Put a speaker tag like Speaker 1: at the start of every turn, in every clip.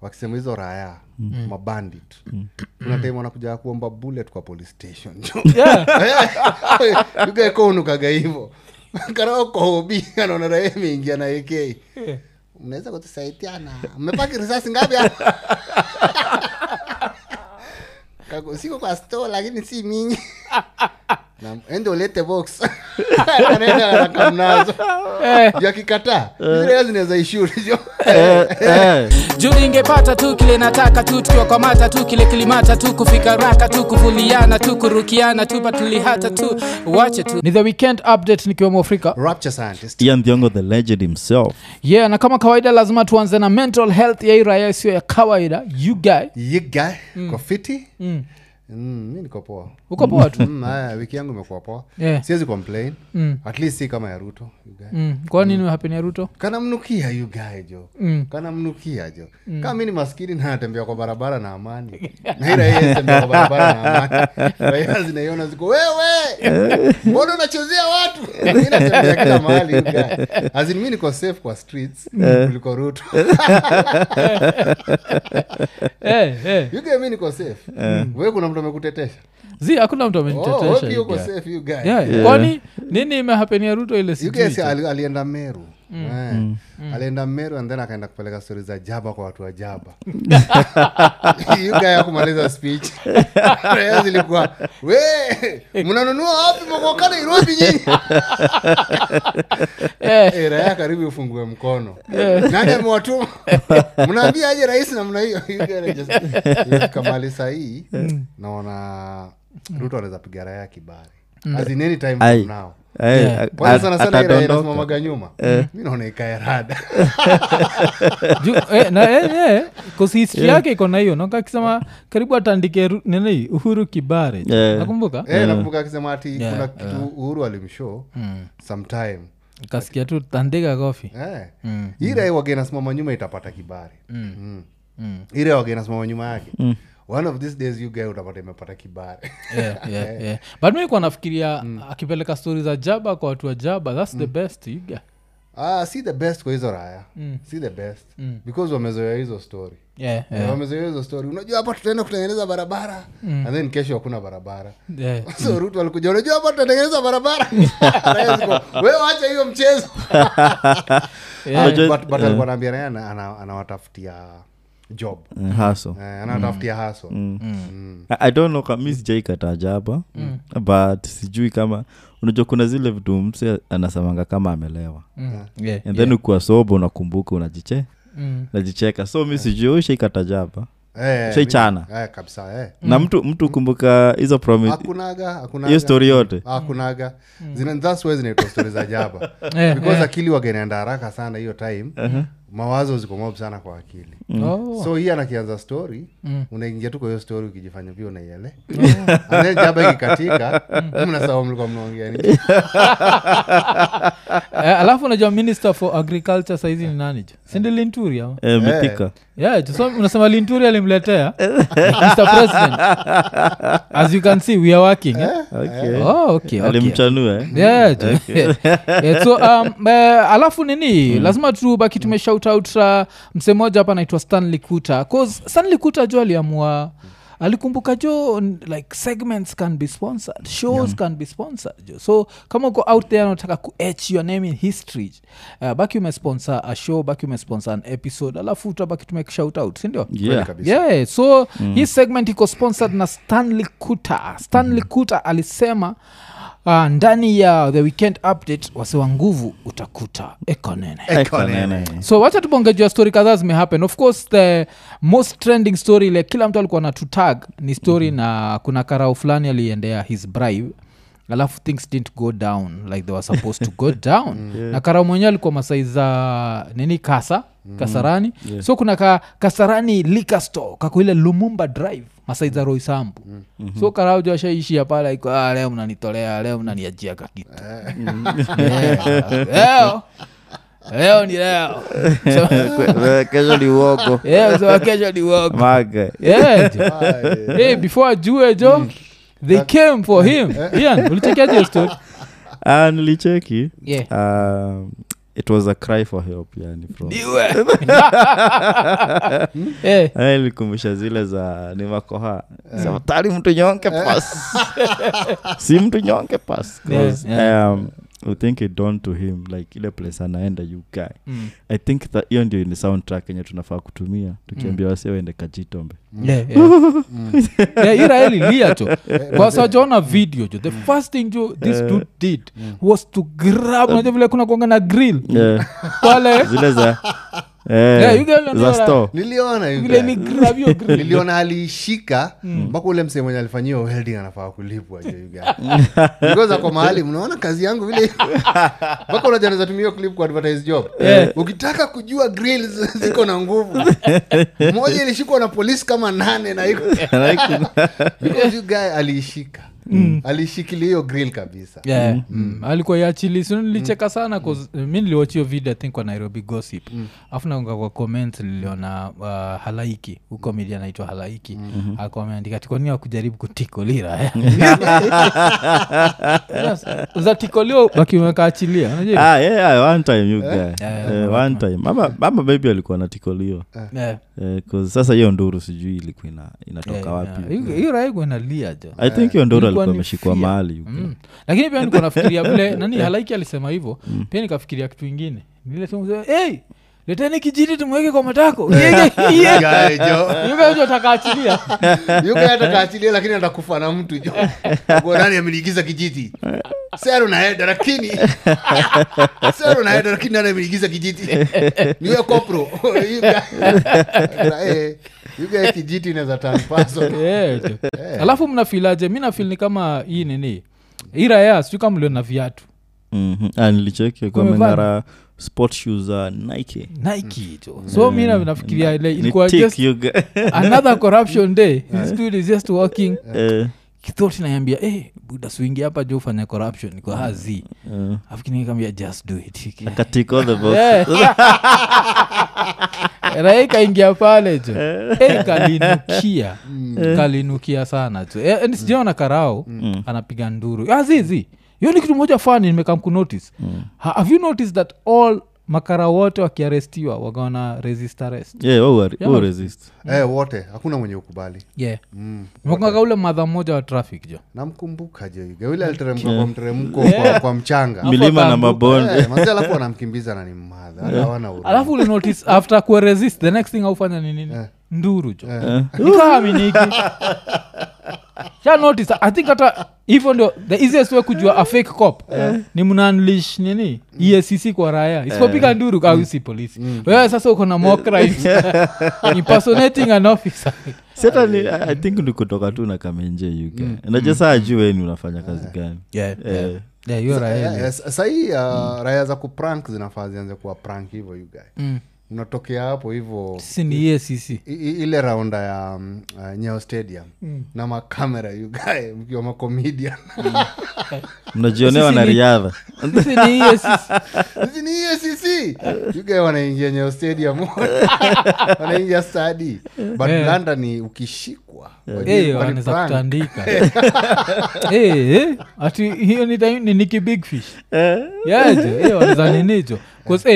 Speaker 1: wakisema hizo raya mm. mabandit mm. kuna time wanakuja kuomba bullet kwa police station ugaekounukaga hivo karaokohobi anaona raya imeingia na ak mnaweza kutusaidiana mmepaki risasi ngapi hapa? Kako- siko kwa store lakini si mingi Na- ende ulete box Anaenda anakaa nazo Eh. yakikataa zile zinaweza ishuri
Speaker 2: Eh,
Speaker 3: juu ningepata tu kile nataka tu tukiwakwamata tu kile kilimata tu kufika raka tu kuvuliana tu kurukiana tu patulihata tu wache tu ni the weekend update nikiwa mwafrika
Speaker 1: rapture scientist
Speaker 2: ian thiongo the legend himself
Speaker 3: yeah na kama kawaida lazima tuanze na mental health ya hii raia isiyo ya kawaida you guy
Speaker 1: yiga kwa fiti mm. mi niko poa
Speaker 3: uko poa tu
Speaker 1: Mm, haya, wiki yangu imekuwa poa
Speaker 3: Yeah.
Speaker 1: siwezi complain mm. at least si kama ya ruto you guy.
Speaker 3: mm. kwa nini happen ya ruto
Speaker 1: kanamnukia you guy jo mm. kanamnukia jo mm. kama mi ni maskini na natembea kwa barabara na amani nairaietembea kwa barabara na amani raia zinaiona ziko wewe mbona unachezea watu Mi natembea kila mahali you guy. As in, mi niko safe kwa streets kuliko ruto
Speaker 3: eh, eh.
Speaker 1: You guy, mi niko safe we kuna mtu amekutetesha
Speaker 3: zi hakuna mtu
Speaker 1: oh,
Speaker 3: amenitetesha
Speaker 1: wapi
Speaker 3: you
Speaker 1: uko
Speaker 3: guy.
Speaker 1: safe you guy
Speaker 3: yeah. yeah. kwani nini imehapeni ya ruto ile
Speaker 1: You guys,
Speaker 3: sijui
Speaker 1: ali- alienda meru Eh. alienda meru and then akaenda kupeleka stori za jaba kwa watu wa jaba ugaya kumaliza speech Prayers zilikuwa we mnanunua wapi mokoka nairobi nyinyi
Speaker 3: Eh.
Speaker 1: Eh, raia karibu ifungue mkono nani amewatuma mnaambia aje rais namna hiyo You guys are just- kamali sahii naona ruto anaweza piga raia kibari as in any time
Speaker 2: Ai.
Speaker 1: from now
Speaker 2: Eh,
Speaker 3: Yeah.
Speaker 2: a-
Speaker 1: kwanza
Speaker 2: a-
Speaker 1: sana sana ile
Speaker 2: atadondoka
Speaker 1: inasimamaga nyuma
Speaker 3: Eh.
Speaker 1: mi naona ikaerada
Speaker 3: Ju- eh, na eh, eh, 'cause history yake iko na hiyo noka akisema karibu atandike Ru- nini uhuru kibare
Speaker 2: Yeah.
Speaker 3: nakumbuka
Speaker 1: Eh, nakumbuka akisema ati
Speaker 3: Yeah, Eh. Hmm.
Speaker 1: kuna kitu uhuru alimshow sometime
Speaker 3: kasikia tu tandika kofi
Speaker 1: eh.
Speaker 3: Hmm.
Speaker 1: ire wage nasimama nyuma itapata kibari mm.
Speaker 3: Hmm.
Speaker 1: ire wage nasimama nyuma yake one of these days you guy utapata imepata kibari
Speaker 3: yeah, yeah, yeah. but mi kuwa nafikiria akipeleka stori za jaba kwa watu wa jaba thats the best you get.
Speaker 1: ah, si the best kwa hizo raya
Speaker 3: Hmm.
Speaker 1: si the best because wamezoea hizo story
Speaker 3: yeah, Hmm. yeah. Hmm.
Speaker 1: Eh, wamezoea hizo story unajua hapa tutaenda kutengeneza barabara and then kesho hakuna barabara
Speaker 3: yeah.
Speaker 1: so ruto alikuja unajua hapa tutatengeneza barabara Raia ziko, wewe wacha hiyo mchezo
Speaker 3: Yeah.
Speaker 2: Unajua-
Speaker 1: But- but alikuwa anaambia naye ana- ana- anawatafutia job
Speaker 2: Eh, haso
Speaker 1: Eh, anawatafutia
Speaker 2: Mm.
Speaker 1: Mm. haso
Speaker 3: Mm.
Speaker 2: I- i don't know kami sijai katajaba but sijui kama unajua kuna zile vitu mse anasemanga kama amelewa
Speaker 3: Mm. Yeah. Mm.
Speaker 2: and then ukiwa sobo unakumbuka unajiche najicheka so mi sijui ushaikatajaba
Speaker 1: Eh,
Speaker 2: Shai
Speaker 1: mi-
Speaker 2: chana.
Speaker 1: eh, kabisa eh.
Speaker 3: Mm.
Speaker 2: na mtu mtu kumbuka hizo promise
Speaker 1: hakunaga hakunaga.
Speaker 2: hiyo story yote
Speaker 1: hakunaga Zina- that's why zinaitwa stori za jaba
Speaker 3: Mm. Eh,
Speaker 1: because akili wagenaenda haraka sana hiyo time
Speaker 2: Uh-huh.
Speaker 1: mawazo ziko mob sana kwa akili
Speaker 3: Oh.
Speaker 1: so hii anakianza story
Speaker 3: Mm.
Speaker 1: unaingia tu kwa hiyo story ukijifanya pia unaiele And then jaba ikikatika
Speaker 3: Mm.
Speaker 1: mnasahau mlikuwa mnaongea nini.
Speaker 3: Eh, alafu unajua minister for agriculture saizi ni nani jo sindi linturi ama
Speaker 2: Eh, mitika
Speaker 3: yeah, jo. so unasema linturi alimletea mr president as you can see we are working eh?
Speaker 2: Okay.
Speaker 3: oh, okay, okay.
Speaker 2: alimchanua eh?
Speaker 3: Mm-hmm. Yeah, jo- Yeah, so, um, eh, alafu nini lazima tubaki tumeshout out uh, mse moja hapa anaitwa stanley kuta cause stanley kuta jo aliamua alikumbuka jo n- like segments can be sponsored shows can be sponsored jo so kama uko out there anataka kuh your name in history uh, baki umesponsor a show baki umesponsor an episode alafu tutabaki tumekishout out sindio
Speaker 1: Kweli
Speaker 2: yeah.
Speaker 1: kabisa.
Speaker 3: yeah so mm. hii segment iko sponsored na stanley kuta stanley mm. kuta alisema uh, ndani ya the weekend update wasewa nguvu utakuta ekonene
Speaker 2: Eka nene.
Speaker 3: so wacha tubonge juu ya story kadhaa zimehappen of course the most trending story ile kila mtu alikuwa na tutag ni story mm-hmm. na kuna karao fulani aliendea his bribe alafu things didn't go down like they were supposed to go down yeah. na karao mwenyewe alikuwa masaiza nini kasa kasarani Mm. yeah. so kuna ka, kasarani likasto kakuile lumumba drive masaiza roi sambu mm-hmm. so karao jo ashaishia pale iko, "Ah, leo mnanitolea leo mnaniachia kakitu Eh. Yeah. leo leo ni leo So-
Speaker 2: Kwe- Eh, kesho ni uoko
Speaker 3: Yeah, so kesho ni work.
Speaker 2: maga
Speaker 3: Yeah, jo. Hey, before ajue jo they came for him Ian, ulichekiaje hiyo story?
Speaker 2: Ah, nilicheki
Speaker 3: Yeah.
Speaker 2: Ah, it was a cry for help yani from
Speaker 3: Eh,
Speaker 2: Haya ilikumbusha zile za nimakoha tari mtu nyonke pas si mtu nyonke pas 'Cause, um, i think it dawned to him like ile place anaenda you guy
Speaker 3: mm.
Speaker 2: i think that hiyo ndio ni soundtrack yenye tunafaa kutumia tukiambia
Speaker 3: Mm.
Speaker 2: wasi waende kajitombe
Speaker 3: Yeah, yeah. Yeah, ira elilia jo kwasajaona video jo the first thing jo this dude did was to grab naja vile kuna kuanga na grill
Speaker 2: yeah.
Speaker 3: pale
Speaker 2: Eh, zile za
Speaker 3: Yeah, you guys
Speaker 2: eh,
Speaker 3: wanajua
Speaker 2: za
Speaker 3: la-
Speaker 2: store
Speaker 1: niliona you
Speaker 3: vile
Speaker 1: guys.
Speaker 3: ni grab hiyo grill
Speaker 1: niliona aliishika mpaka ule msee mwenye alifanyia welding anafaa kulipwa jo you guys. Because ako mahali mnaona kazi yangu vile mpaka unajaneza tumia clip kwa advertise job ukitaka kujua grills ziko na nguvu mmoja ilishikwa na polisi kama nane na iko because you guy aliishika aliishikilia hiyo grill kabisa
Speaker 3: yeah. mm. alikuwa yachili so nilicheka sana 'cause, uh, mi niliwatch hiyo video I think kwa nairobi gossip afu naunga kwa comment niliona uh, halaiki huko media anaitwa halaiki mm-hmm. alikuwa ameandika tikonia wakujaribu kutikolira eh." Yes, za tikolio wakimweka achilia unajua?
Speaker 2: ah, yeah, yeah, one time you guy Eh, one time ama ama baby alikuwa natikoliwa
Speaker 3: Yeah,
Speaker 2: Eh, 'cause sasa hiyo nduru sijui ilikuwa ina, inatoka
Speaker 3: yeah,
Speaker 2: wapi Ah.
Speaker 3: yeah. Hiyo- hiyo raha iko inalia jo
Speaker 2: i think hiyo nduru alikuwa
Speaker 3: ni
Speaker 2: ameshikwa
Speaker 3: fear.
Speaker 2: mahali huko.
Speaker 3: Mm. lakini pia nikuwa nafikiria vile nani halaiki alisema hivyo pia nikafikiria kitu ingine Nile tu mzee, hey, leteni kijiti tumweke kwa matako
Speaker 1: Guy, jo.
Speaker 3: Eh, yugaotakaachilia
Speaker 1: yuko hata kaachilia lakini atakufa na mtu jo Kwa nani ameniigiza kijiti seru naenda lakini seru naenda lakini nani ameniigiza kijiti niwe kopro Yuga- Eh, yuga kijiti inaweza tanpaso
Speaker 3: Eh,
Speaker 2: Eh.
Speaker 3: alafu mnafilaje mi nafil ni kama hii nini iraya sijui kama mlio na viatu
Speaker 2: Mhm. Ah, nilicheki kwa
Speaker 3: Umevaa?
Speaker 2: mengara sport shoes za nike
Speaker 3: nike jo so mi na- nafikiria ile
Speaker 2: Mm. Ni
Speaker 3: ilikuwa
Speaker 2: tick,
Speaker 3: just
Speaker 2: you Eh. guy.
Speaker 3: another corruption day this dude is just walking
Speaker 2: Eh,
Speaker 3: kithoti naambia eh buda swingi hapa jo ufanya corruption kwa hazi
Speaker 2: eh.
Speaker 3: afikinikamia just do it
Speaker 2: Aka tick all the boxes.
Speaker 3: Eh. Rai kaingia pale jo Eh, kalinukia kalinukia sana jo Eh, eh, sijaona karao anapiga nduru azizi hiyo ni kitu moja fani nimekamkunotice Ha- have you noticed that all makara wote wakiarestiwa wagaona resist arrest
Speaker 2: Yeah, who are- who
Speaker 3: man.
Speaker 2: resist?
Speaker 1: eh, wote hakuna mwenye ukubali
Speaker 3: yeah Nakumbuka ule madha mmoja wa traffic jo
Speaker 1: namkumbuka jo yuga yule aliteremka kwa mteremko kwa, kwa mchanga
Speaker 2: milima na
Speaker 3: akaanguka.
Speaker 2: mabonde
Speaker 1: Eh, mazee alafu wanamkimbiza na ni mmadha hata hawana huruma.
Speaker 3: alafu ule notice after kuwa resist the next thing aufanya ni nini nduru jo
Speaker 1: Eh.
Speaker 3: nikaaminiki sha notice i think hata hivyo ndio the easiest way kujua a fake cop ni mnaanlish nini E escc kwa raya isipopiga nduru au si polisi wewe sasa uko na more crimes impersonating an officer
Speaker 2: Sasa ni- I- i think ni kutoka tu na kamenje uk
Speaker 3: Mm.
Speaker 2: najasa ajueni unafanya kazi gani Eh.
Speaker 3: Yeah, you're right.
Speaker 1: Yeah, yeah, sa- sahii uh, raya za kuprank zinafaa zianze kuwa prank hivyo yuga
Speaker 3: Mm.
Speaker 1: unatokea hapo hivyo
Speaker 3: sisi ni E escc
Speaker 1: I- i- ile raunda ya um, uh, nyeo stadium
Speaker 3: Mm.
Speaker 1: na makamera yugae mkiwa makomedian
Speaker 2: mnajionea
Speaker 3: Sisi ni-
Speaker 2: wanariadha
Speaker 3: sisi ni E escc
Speaker 1: Hizi ni EACC. You guy wanaingia nyeo stadium wanaingia stadi but
Speaker 3: Eh.
Speaker 1: blanda ni ukishikwa wali-
Speaker 3: Eh,
Speaker 1: wali
Speaker 3: wanaweza
Speaker 1: prank.
Speaker 3: kutandika Eh, eh, ati hiyo ni time- ni niki big fish
Speaker 2: Eh?
Speaker 3: eh, yajewanaweza ninijo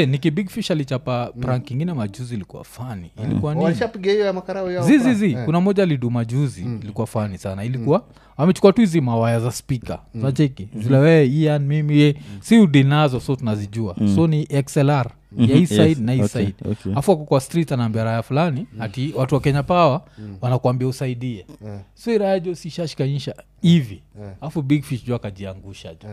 Speaker 3: niki eh, big fish alichapa prank ingine majuzi ilikuwa fani ilikuwa nini
Speaker 1: walishapiga hiyo ya makarao yao
Speaker 3: zizizi kuna moja liduma juzi ilikuwa fani sana ilikuwa amechukua tu hizi mawaya za spika nacheki zile wee ian mimi ye si udinazo so tunazijua so ni xlr ya hii
Speaker 2: Mhm,
Speaker 3: side
Speaker 2: Mm. yes,
Speaker 3: na hii
Speaker 2: okay,
Speaker 3: side
Speaker 2: okay.
Speaker 3: afu ako kwa street anaambia raya fulani ati watu wa kenya power wanakuambia usaidie so irayajo sishashikanyisha hivi afu big fish jo akajiangusha jo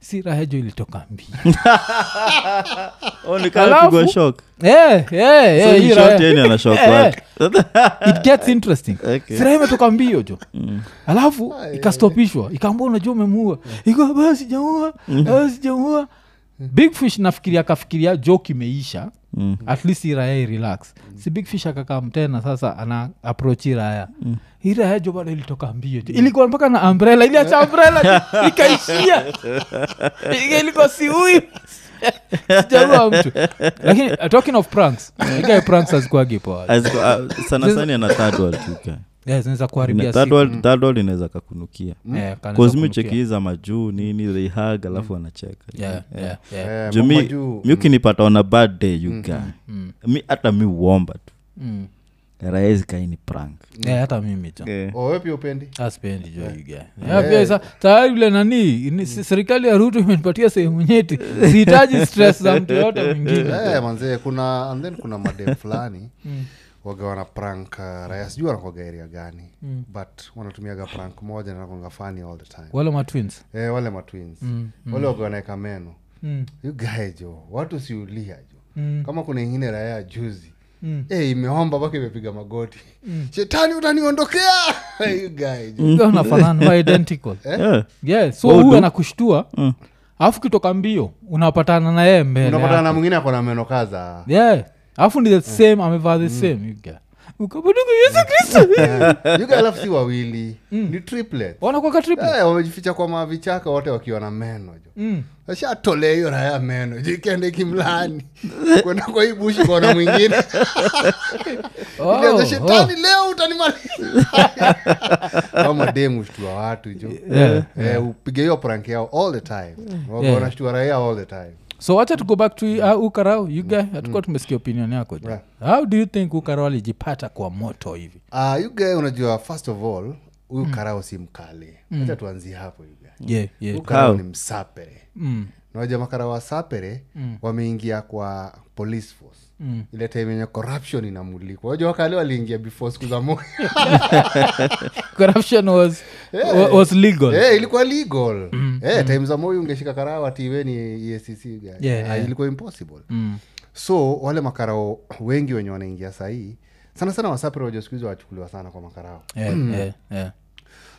Speaker 3: si rahajo ilitoka mbio
Speaker 2: Oh, ni kama pigwa
Speaker 3: Alafu-
Speaker 2: shock.
Speaker 3: Eh, eh,
Speaker 2: So
Speaker 3: eh,
Speaker 2: ni
Speaker 3: hii
Speaker 2: short
Speaker 3: Raya-
Speaker 2: yani ana shock
Speaker 3: Eh, eh.
Speaker 2: watu.
Speaker 3: it gets interesting
Speaker 2: Okay.
Speaker 3: Sira imetoka mbio jo alafu ikastopishwa ikaambua unajua umemuua iko baa sijaua baa sijaua big fish nafikiria akafikiria joke imeisha mm. at least iraya irelax si big fish akakam tena sasa ana approach iraya mm. iraya jo bado ilitoka mbio jo ilikuwa mpaka na umbrella iliacha umbrella jo, ikaishia Ika- ilikuwa siui sijaua mtu lakini uh, talking of pranks ikae pranks azikuagipoa
Speaker 2: As- ah, sana sana ana third world UK.
Speaker 3: Yeah, Eh, zinaweza
Speaker 2: Ina-
Speaker 3: kuharibia
Speaker 2: third
Speaker 3: siku.
Speaker 2: world- third world inaweza kakunukia
Speaker 3: Yeah, kanaweza
Speaker 2: kosmi
Speaker 3: kunukia.
Speaker 2: chekiza majuu nini they hug alafu wanacheka
Speaker 3: Mm. Yeah, yeah, yeah.
Speaker 1: Eh,
Speaker 2: Juu
Speaker 1: mambo
Speaker 2: mi-
Speaker 1: juu
Speaker 2: mi ukinipata on a bad day you guy mi hata mi uomba tu
Speaker 3: Mm.
Speaker 2: rahisi kaini prank
Speaker 3: Yeah, hata mimi jo
Speaker 1: Oh, wewe pia upendi
Speaker 3: aspendi jo you guy. Yeah, Mm. pia sa- tayari vile nani ni- se- serikali ya rutu imenipatia sehemu nyeti sihitaji stress za mtu yoyote mwingine
Speaker 1: Eh, manzee kuna and then kuna madem fulani
Speaker 3: Mm.
Speaker 1: waga wana prank uh, raya sijui wanakuaga area gani
Speaker 3: Mm.
Speaker 1: but wanatumiaga prank moja na nakonga fani all the time
Speaker 3: wala matwins
Speaker 1: eh, wale matwins wale waga wanaeka meno
Speaker 3: Mm.
Speaker 1: You guy jo watu siulia jo
Speaker 3: Mm.
Speaker 1: kama kuna ingine raya juzi
Speaker 3: Mm.
Speaker 1: Eh, imeomba mpaka imepiga magoti shetani utaniondokea You guy jo.
Speaker 3: Mm. nafanana wa identical
Speaker 2: Yeah.
Speaker 3: yeah, so
Speaker 2: Waudu.
Speaker 3: huyu anakushtua alafu kitoka mbio unapatana Mm. na yeye mbele
Speaker 1: unapatana
Speaker 3: yako.
Speaker 1: na mwingine akona meno kaza
Speaker 3: yeah alafu ni the same amevaa the same you guy. ukabuduku yesu kristo
Speaker 1: You guy alafu si wawili
Speaker 3: Mm.
Speaker 1: ni triplet
Speaker 3: wanakwaka triple
Speaker 1: Eh, wamejificha kwa mavichaka wote wakiwa na meno jo
Speaker 3: Mm.
Speaker 1: ashatolea hiyo raya meno jikende kimlani kwenda kwa hii bushi kwaona mwingine
Speaker 3: Oh,
Speaker 1: Ilianza,
Speaker 3: oh.
Speaker 1: shetani leo utanimaliza kama demu shtua watu jo
Speaker 3: Yeah.
Speaker 1: Eh, upige hiyo prank yao all the time
Speaker 3: Yeah.
Speaker 1: wagona shtua raia all the time
Speaker 3: so wacha tugo back to uh, ukarao yuga
Speaker 1: Mm.
Speaker 3: hatukuwa tumesikia opinion yako jo
Speaker 1: Yeah.
Speaker 3: how do you think ukarao alijipata kwa moto hivi
Speaker 1: Ah, you guy unajua first of all huyu
Speaker 3: Mm.
Speaker 1: karao si mkali acha tuanzie hapo you guy.
Speaker 3: yeah, yeah.
Speaker 1: Huyu karao
Speaker 2: How?
Speaker 1: ni msapere
Speaker 3: Mm.
Speaker 1: nawaja makara wa sapere wameingia kwa police force Mm. ile time yenye corruption inamulikwa waja wakale waliingia before siku za mo
Speaker 3: corruption was, wa- was legal Mm.
Speaker 1: Eh, ilikuwa legal Eh, time za moyo ungeshika karaa watiweni escc
Speaker 3: Yeah, yeah.
Speaker 1: Ah, ilikuwa impossible
Speaker 3: Mm.
Speaker 1: so wale makarao wengi wenye wanaingia sahii sana sana wasapere waja siku hizi wachukuliwa sana kwa makarao
Speaker 3: Yeah,
Speaker 1: Mm.
Speaker 3: yeah, yeah.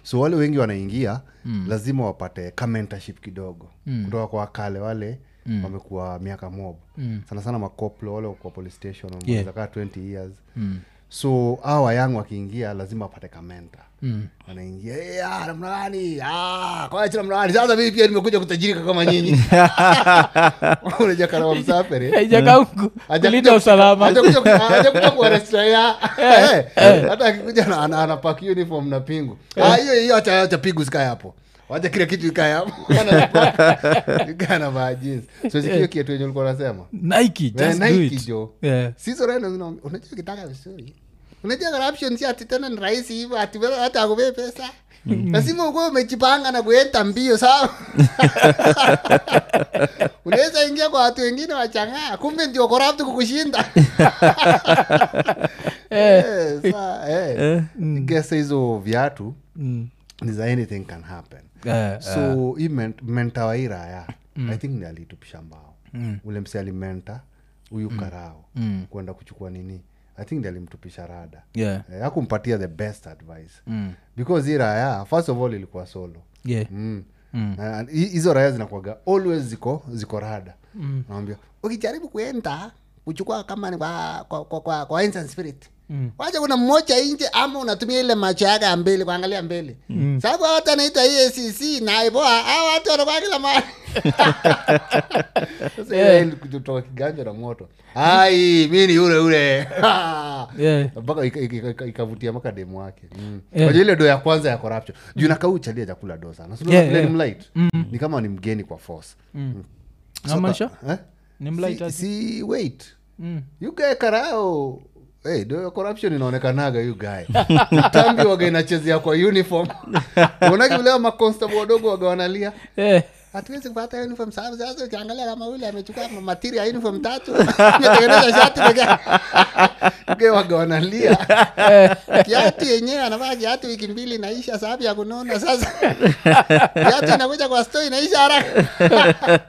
Speaker 1: so wale wengi wanaingia mm. lazima wapate kamentorship kidogo mm. kutoka kwa wakale wale mm. wamekuwa miaka mob mm. sana sana makoplo wale kwa police station wamemaliza
Speaker 3: Yeah.
Speaker 1: kaa 20 years mm. so awa yangu wakiingia lazima wapate kamenta mm. wanaingia "Eh, ah, namna gani Ah, kwa hiyo namna gani sasa mimi pia nimekuja kutajirika kama nyinyi unaja kana wamsafiri
Speaker 3: haijakaa ku- kulinda usalama
Speaker 1: hajakuja kuwarestaia hata akikuja na- ana- anapak uniform na pingu Ah, hiyo hiyo acha acha pingu sikae hapo wacha kile kitu ikae hapo kana majins so sikio kietu yenye ulikuwa unasema
Speaker 3: nike just do
Speaker 1: Eh, Nike,
Speaker 3: it
Speaker 1: jo.
Speaker 3: yeah.
Speaker 1: sisoreno unajua kitaka vizuri unajua corruption si ati tena ni rahisi hivyo ati wewe hata akupee pesa
Speaker 3: Mm.
Speaker 1: lazima ukuwe umejipanga na kuenda mbio sawa unaweza ingia kwa watu wengine wachangaa kumbe ndio corrupt kukushinda Eh, saa, eh. Guess hizo viatu
Speaker 3: Mm.
Speaker 1: ni za anything can happen
Speaker 3: Yeah, yeah.
Speaker 1: so hii men- menta wa hii raya i think ni alitupisha mbao ule msi alimenta huyu karao kwenda kuchukua nini i think ndi alimtupisha rada
Speaker 3: Yeah.
Speaker 1: Eh, hakumpatia the best advice
Speaker 3: Mm.
Speaker 1: because hii raya first of all ilikuwa solo
Speaker 3: Yeah.
Speaker 1: Mm. Na- hi- hizo raya zinakuaga always ziko ziko rada mm. nawambia ukijaribu kuenda kuchukua kama ni kwa kwa, kwa, kwa, kwa ancient spirit mm. wacha kuna mmoja nje ama unatumia ile macho yake ya mbele kuangalia mbele mm. sababu hawa watu anaitwa EACC na iboa hawa watu wanakuwa kila mahali Sasa ile ili kutoka kiganja na moto ai mi ni yule yule Eh.
Speaker 3: Yeah.
Speaker 1: mpaka ika- ika- ika- ikavutia mpaka demu wake mm.
Speaker 3: Yeah. Mm.
Speaker 1: Wajua ile do ya kwanza ya corruption juu nakauchalia chakula do sana So,
Speaker 3: Yeah,
Speaker 1: vile
Speaker 3: yeah. Mm-hmm.
Speaker 1: ni mlight ni kama ni mgeni kwa force Mm. So,
Speaker 3: Namaanisha?
Speaker 1: ka- eh?
Speaker 3: Ni mlight
Speaker 1: Si-
Speaker 3: aje?
Speaker 1: si wait
Speaker 3: Mm.
Speaker 1: you guy karao Hey, do ya corruption inaonekanaga you guy tambi waga inachezea kwa uniform unaki vilewa makonstable wadogo waga wanalia
Speaker 3: Yeah.
Speaker 1: hatuwezi kupata uniform sababu sasa ukiangalia kama ule amechukua matiri ya uniform tatu ametengeneza shati pekee waga wanalia
Speaker 3: eh,
Speaker 1: kiatu yenyewe anavaa kiatu wiki mbili naisha sababu ya kunona sasa kiatu inakuja kwa sto inaisha haraka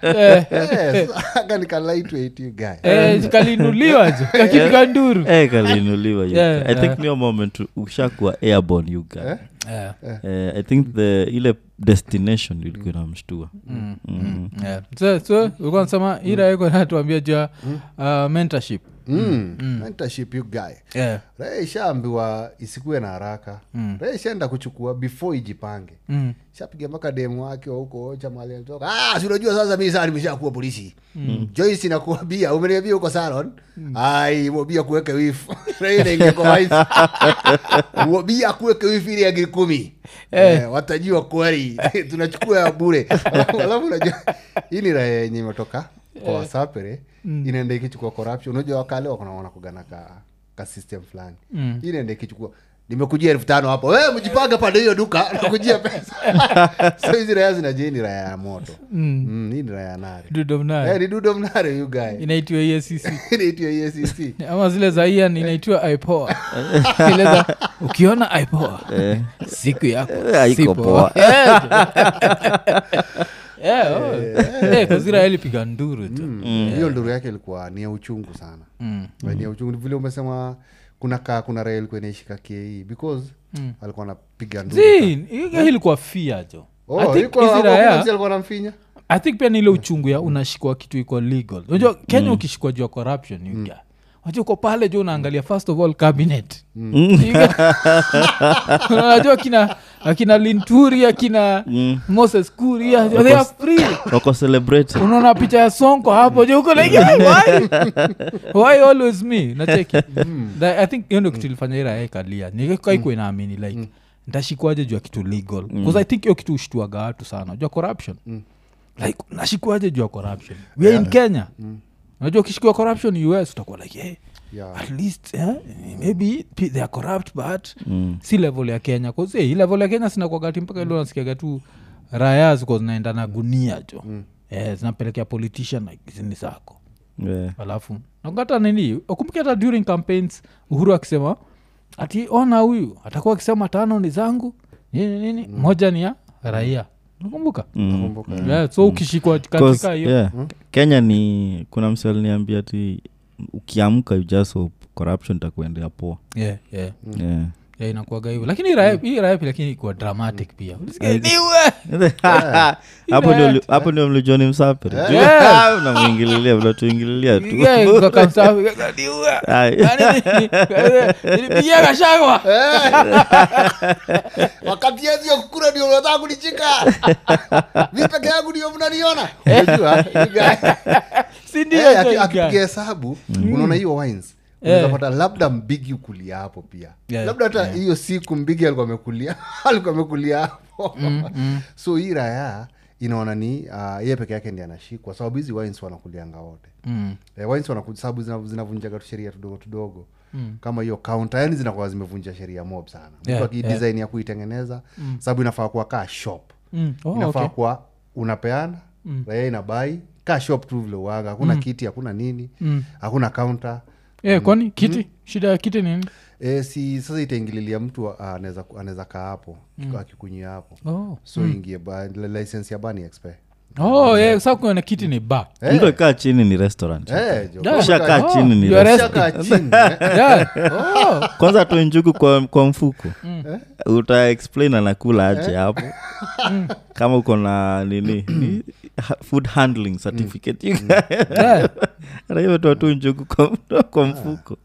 Speaker 3: Eh,
Speaker 1: Yes, aka nika lightweight you guy
Speaker 3: eh, kalinuliwa jo kakini kanduru
Speaker 2: Eh, kalinuliwa you
Speaker 3: Yeah,
Speaker 2: guy. i
Speaker 3: yeah.
Speaker 2: think niyo moment ushakuwa airborne you guy.
Speaker 3: Yeah.
Speaker 2: Eh, i think the ile destination ilikuwa inamshtua mm.
Speaker 3: Yeah. so so ulikuwa nasema ira iko natuambia jua uh, mentorship
Speaker 1: mm. mm. mentorship you guy
Speaker 3: yeah.
Speaker 1: raya ishaambiwa isikuwe na haraka mm. raya ishaenda kuchukua before ijipange mm. shapiga mpaka demu wake wa huko ocha mali alitoka ah, si unajua sasa mi saa nimeshakuwa polisi mm. joyce nakuambia umeniambia huko salon mm. ai mwambia kuweke wifu raya naingekowaisi mwambia kuweke wifu ili agiri kumi eh, watajua kweli tunachukua ya bure Alafu- alafu unajua hii ni raya yenye imetoka kwa wasapere inaenda ikichukua corruption unajua wakale wakanaona kuganaka ka system fulani mm. inaenda ikichukua nimekujia elfu tano hapo we mjipanga pande hiyo duka nakujia pesa so hizi raya zinajia ni raya ya moto mm. Mm, hii ni raya ya nare Eh,
Speaker 3: dudomnayo
Speaker 1: ni dudo mnare yugae
Speaker 3: inaitiwa EACC.
Speaker 1: inaitwa E escc
Speaker 3: ama zile za ian inaitiwa ipoa zile za ukiona ipoa siku yako
Speaker 2: Eh, haiko
Speaker 3: si
Speaker 2: poa.
Speaker 3: Eh. Eh, oh. Eh, kazira alipiga nduru tu
Speaker 1: Mm. hiyo nduru yake ilikuwa ni ya uchungu sana
Speaker 3: Mm.
Speaker 1: mm. ni ya uchungu Ni vile umesema kuna kaa kuna raha ilikuwa inaishika ke E, because
Speaker 3: Mm.
Speaker 1: alikuwa anapiga nduru sana.
Speaker 3: Zin, hiyo ilikuwa fia jo
Speaker 1: Oh,
Speaker 3: I think
Speaker 1: ilikuwa-
Speaker 3: hizi
Speaker 1: hakuna
Speaker 3: raia-
Speaker 1: mzee alikuwa anamfinya
Speaker 3: i think pia niile uchungu ya unashikwa kitu iko legal unajua kenya ukishikwa juu ya corruption you guy. Unajua uko pale juu unaangalia first of all cabinet You guy. unajua kina akina linturi akina moses kuria they are free
Speaker 2: wako celebrate
Speaker 3: unaona picha ya sonko hapo juu uko like, "Hey, why? why always me nacheki Tha- i think hiyo ndio kitu ilifanya ira ekalia nikaikwa inaamini like ntashikwaje juu ya kitu legal bcause i think hiyo kitu ushtuaga watu sana juu ya corruption like nashikwaje juu ya corruption we are in kenya unajua ukishikiwa corruption us utakuwa like hey,
Speaker 1: Yeah.
Speaker 3: at least eh, maybe pe- they are corrupt but si level ya kenya kause hii level ya kenya sinakwagati mpaka ilo nasikiaga tu raya ziko zinaenda na gunia jo eh, zinapelekea politician like, zini zako
Speaker 2: Yeah.
Speaker 3: alafu nakata nini akumbuki hata during campaigns uhuru akisema ati ona huyu atakuwa akisema tano ni zangu nini nini moja ni ya raia nakumbuka
Speaker 2: Mm.
Speaker 1: Kumbuka.
Speaker 3: yeah, so ukishikwa katika
Speaker 2: 'Cause,
Speaker 3: hiyo
Speaker 2: yeah, kenya ni kuna msi aliniambia ti ukiamka you just hope corruption takuendea poa
Speaker 3: yeah, yeah.
Speaker 2: yeah.
Speaker 3: yeah, inakuaga hivyo lakini hii raya- hii raya pia lakini ikuwa dramatic pia Ulisikia,
Speaker 2: Mm.
Speaker 3: "Niwe!"
Speaker 2: hapo
Speaker 3: Ila-
Speaker 2: ndio li- hapo ndio mlijoni msapiri
Speaker 3: Yeah.
Speaker 2: mnamwingililia mnatuingililia tu
Speaker 3: Yeah, kwa kamsafi, kwa "Niwe!"
Speaker 2: Ai.
Speaker 3: Yaani, ni- ni- nilipigia kashagwa
Speaker 1: wakati yazio kukura ndio unataka kunichika mi peke yangu ndio mnaniona unajua you guy.
Speaker 3: Si ndio
Speaker 1: Eh, aki-
Speaker 3: hiyo
Speaker 1: akipiga
Speaker 3: guy?
Speaker 1: hesabu
Speaker 3: Mm.
Speaker 1: unaona hiyo wines unawezapata labda mbigi ukulia hapo pia
Speaker 3: Yeah,
Speaker 1: labda hata hiyo siku mbigi alikuwa amekulia alikuwa amekulia hapo
Speaker 3: Mm,
Speaker 1: so hii raya inaona ni ah, yeye peke yake ndi anashikwa sababu hizi wines wanakulianga wote
Speaker 3: Mm.
Speaker 1: Eh, wines wanaku- sababu zina- zinavunjaga tu sheria tudogo tudogo kama hiyo kaunta yani zinakuwa zimevunja sheria mob sana mtu
Speaker 3: Hmm. Yeah,
Speaker 1: akidesign ya kuitengeneza sababu inafaa kuwa kaa shop
Speaker 3: Mm. Oh,
Speaker 1: inafaa
Speaker 3: okay. Hmm.
Speaker 1: kuwa unapeana mm. raia inabai kaa shop tu vile uwaga hakuna kiti hakuna nini
Speaker 3: Hmm.
Speaker 1: hakuna kaunta
Speaker 3: Eh, kwani kiti shida ya kiti nini
Speaker 1: e, si sasa itaingililia mtu ah, anaweza anaweza kaa hapo
Speaker 3: Hmm.
Speaker 1: akikunyia hapo
Speaker 3: oh.
Speaker 1: so ingie ba, license ya bani expe
Speaker 3: oh, yeah, sa kuna kiti ni ba
Speaker 2: mtu akaa chini ni restaurant
Speaker 1: Eh, jo,
Speaker 3: Yeah.
Speaker 1: kama
Speaker 2: Ushakaa
Speaker 1: kaa-
Speaker 3: Oh,
Speaker 2: chini ni
Speaker 3: you're
Speaker 2: rest-
Speaker 1: ushakaa chini, eh.
Speaker 3: Yeah. Oh.
Speaker 2: kwanza toe njugu kwa, kwa mfuko
Speaker 3: Hmm.
Speaker 2: uta explain anakula aje hapo
Speaker 3: Hmm.
Speaker 2: kama uko na nini ni- ha- food handling certificate
Speaker 3: Hmm. Yeah.
Speaker 2: raivetoatu njugu kwa,
Speaker 3: Ah,
Speaker 2: kwa mfuko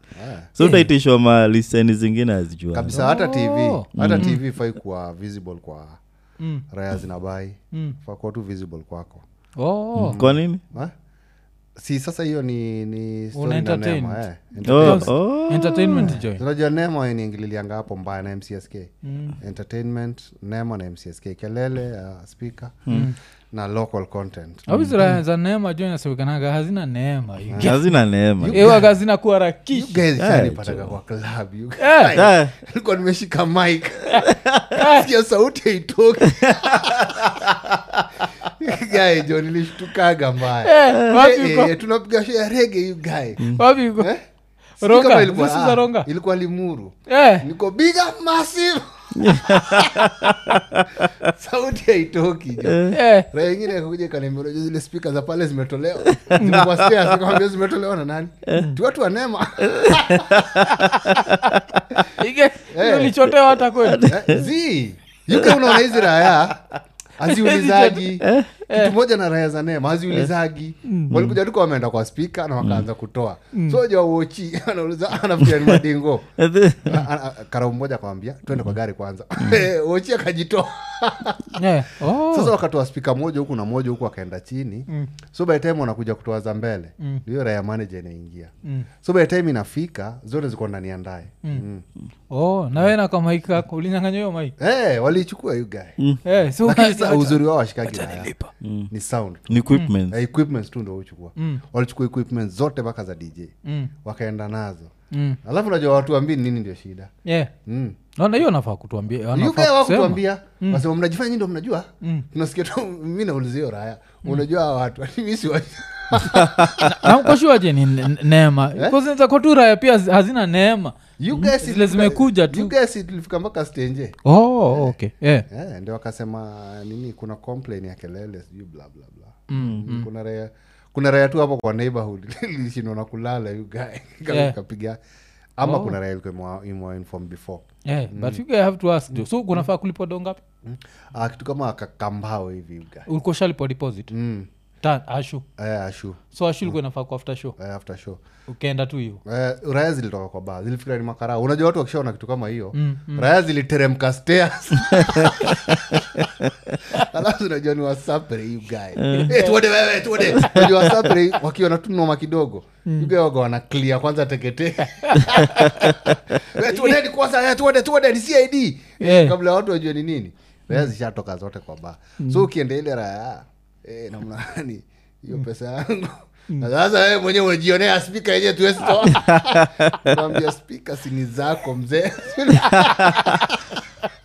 Speaker 2: so utaitishwa maliseni zingine azijua
Speaker 1: kabisa hata tv
Speaker 3: Oh.
Speaker 1: hata tv fai kuwa visible kwa
Speaker 3: Mm.
Speaker 1: raya zinabai faa kuwa tu visible kwako
Speaker 3: Oh.
Speaker 2: kwa nini
Speaker 1: Ha? si sasa hiyo ni ni story na
Speaker 3: Una-entertained.
Speaker 1: Neema, eh.
Speaker 2: oh,
Speaker 3: Yes.
Speaker 2: oh.
Speaker 3: entertainment joy
Speaker 1: unajua nema inaingililianga hapo mbaya na mcsk
Speaker 3: Mm.
Speaker 1: entertainment nema na mcsk kelele ya speaker
Speaker 3: Mm.
Speaker 1: na local content
Speaker 3: auzira za neema jo inasemekanaga hazina neema you get-
Speaker 2: hazina neema
Speaker 3: ewaga zina
Speaker 1: You
Speaker 3: kuharakishi
Speaker 1: guys shanipataga kwa club, you guys.
Speaker 2: Eh.
Speaker 1: Nilikuwa nimeshika mic
Speaker 3: eh,
Speaker 1: sikia sauti haitoki You guys, jo nilishtukaga mbaya
Speaker 3: Eh, wapi
Speaker 1: Eh,
Speaker 3: uko?
Speaker 1: eh, tunapiga shea rege you guy
Speaker 3: Wapi uko?
Speaker 1: Eh? Sijui
Speaker 3: Ronga,
Speaker 1: kama ilikuwa-
Speaker 3: this is a
Speaker 1: ah,
Speaker 3: Ronga.
Speaker 1: ilikuwa limuru
Speaker 3: Eh.
Speaker 1: niko biga massive sauti haitoki jo
Speaker 3: Eh.
Speaker 1: Raha ingine akakuja ikaniambia, "Unajua zile spika za pale zimetolewa Zimekuwa stairs." Nikamwambia, zimetolewa na nani
Speaker 3: Eh.
Speaker 1: ti watu wanema
Speaker 3: You get- ulichotewa hata kweli
Speaker 1: Eh, zi yuke unaona hizi raya aziulizagi kitu moja na raya za neema aziulizagi walikuja tuko wameenda kwa spika na wakaanza kutoa so jawochi anauliza anafikiria ni madingo
Speaker 2: eh,
Speaker 1: A- a- a- karau mmoja akawambia twende kwa gari kwanza Eh, wochi akajitoa
Speaker 3: Yeah. Oh.
Speaker 1: sasa wakatoa spika moja huku na moja huku akaenda chini mm. so by the time wanakuja kutoa za mbele mm. ndio raya manager inaingia mm. so by the time inafika zote ziko ndani ya ndae mm.
Speaker 3: oh, nawe na kwa maik kako ulinyanganya hiyo maik
Speaker 1: hey, waliichukua hiyo guy
Speaker 3: Eh, so
Speaker 1: Mm. lakini
Speaker 3: ukaja-
Speaker 1: sasa uzuri wao washikagi raya
Speaker 3: Nilipa.
Speaker 1: ni sound
Speaker 2: ni equipment
Speaker 3: Mm.
Speaker 1: Na equipments tu ndo huchukua walichukua equipments zote mpaka za dj
Speaker 3: Mm.
Speaker 1: wakaenda nazo
Speaker 3: Mm.
Speaker 1: alafu najua watuambii nini ndio shida
Speaker 3: Yeah.
Speaker 1: mm.
Speaker 3: naona hiyo anafaa kutuambia wanafaa
Speaker 1: Yuka
Speaker 3: kusema. Mm.
Speaker 1: wakutuambia wasema mnajifanya nyi ndo mnajua tunasikia tu mi naulizia hiyo raya
Speaker 3: Mm.
Speaker 1: unajua hawa watu mi si wa-
Speaker 3: namkoshuaje ni ne-
Speaker 1: Eh?
Speaker 3: neema kozinzakoturaya pia zi- hazina neema
Speaker 1: You guys
Speaker 3: zile
Speaker 1: ilifika-
Speaker 3: zimekuja tu
Speaker 1: you guys ilifika mpaka stenje
Speaker 3: oh, okay. yeah.
Speaker 1: yeah, Eh, ndio wakasema nini kuna complain ya kelele sijui bla bla bla kuna raya kuna raya tu hapo kwa neighborhood lishindwa na kulala you guy Kama
Speaker 3: Yeah.
Speaker 1: ikapiga ama kuna raya ilikuwa imewa- imewa inform before
Speaker 3: Yeah,
Speaker 1: Mm.
Speaker 3: but you guys have to ask though. so kunafaa kulipa dongapi
Speaker 1: Ah, kitu kama kakambao hivi you guy
Speaker 3: ulikoshalipa deposit
Speaker 1: mm.
Speaker 3: Ta- ashu
Speaker 1: eh, ashu
Speaker 3: so ashu ilikuwa inafaa kwa after show
Speaker 1: eh, after show
Speaker 3: ukaenda tu hivo
Speaker 1: Eh, raya zilitoka kwa baa zilifikira ni makarao unajua watu wakishaona kitu kama hiyo mm, mm. raya ziliteremka stairs alafu unajua ni wasapre you guy Eh, tuende wewe tuende unajua wasapre wakiona tu noma kidogo mm. waga wana clear kwanza teketeke Eh, tuendeni kwanza eh, tuende tuende ni cid Eh, Hmm.
Speaker 3: Yeah.
Speaker 1: kabla watu wajue ni nini raya zishatoka zote kwa baa so ukienda ile raya eh, namna gani hiyo pesa yangu Na sasa wewe mwenyewe unajionea spika yenyewe tuwesitoambia spika sini zako mzee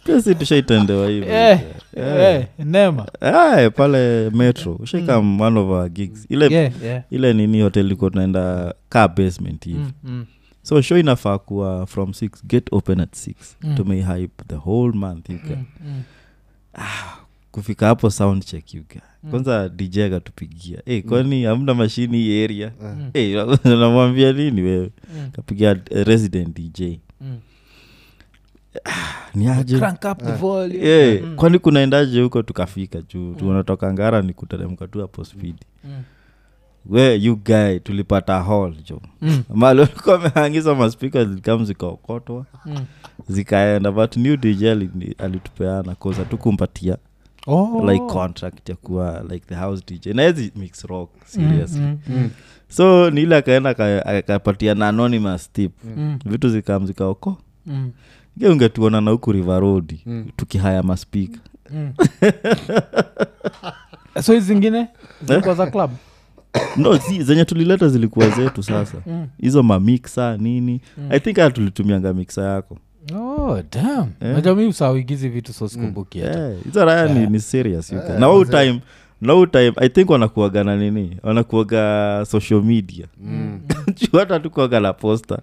Speaker 2: pia si tushaitendewa hivi
Speaker 3: Ah, yeah. yeah. Eh, neema
Speaker 2: Aye, pale metro ushaika one of our gigs ile
Speaker 3: Mm. yeah, yeah.
Speaker 2: ile nini hotel iko tunaenda car basement hivi
Speaker 3: mm.
Speaker 2: so show inafaa kuwa from six get open at six mm. tumeihype the whole month yuka mm, mm. ah, kufika hapo sound check yuka mm. kwanza dj akatupigia hey, kwani hamna mashini hii area mm. hey, namwambia nini wewe mm. kapigia eh, resident dj
Speaker 3: Mm.
Speaker 2: ah, ni aje
Speaker 3: crank up the volume
Speaker 2: Eh, kwani kunaendaje huko tukafika juu tunatoka ngara ni kuteremka tu hapo spidi
Speaker 3: Mm.
Speaker 2: we you guy tulipata hall jo
Speaker 3: Mm.
Speaker 2: mali walikuwa wameangiza maspika zilikam zikaokotwa
Speaker 3: Mm.
Speaker 2: zikaenda but new dj ali- alitupeana kosa tukumpatia
Speaker 3: Oh.
Speaker 2: like contract ya kuwa like the house dj naezi mix rock seriously
Speaker 3: Mm, mm,
Speaker 2: so ni ile akaenda aka- akapatia na anonymous tip
Speaker 3: mm,
Speaker 2: vitu zikam zikaoko
Speaker 3: mm,
Speaker 2: ge ungetuona na huku river road tukihaya maspika
Speaker 3: mm. so hizi zingine zilikuwa za club
Speaker 2: no zi, zenye tulileta zilikuwa zetu sasa
Speaker 3: Mm.
Speaker 2: hizo mamiksa nini i think hata tulitumianga miksa yako
Speaker 3: oh, damn. Mm. Unajua mi usauigizi vitu sosikumbukia
Speaker 2: hizo yeah. Eh, hizo raya ni, ni serious you guys. na huu time na huu time i think wanakuaga na nini wanakuaga social media
Speaker 3: Mm.
Speaker 2: Juu hata tukuaga na posta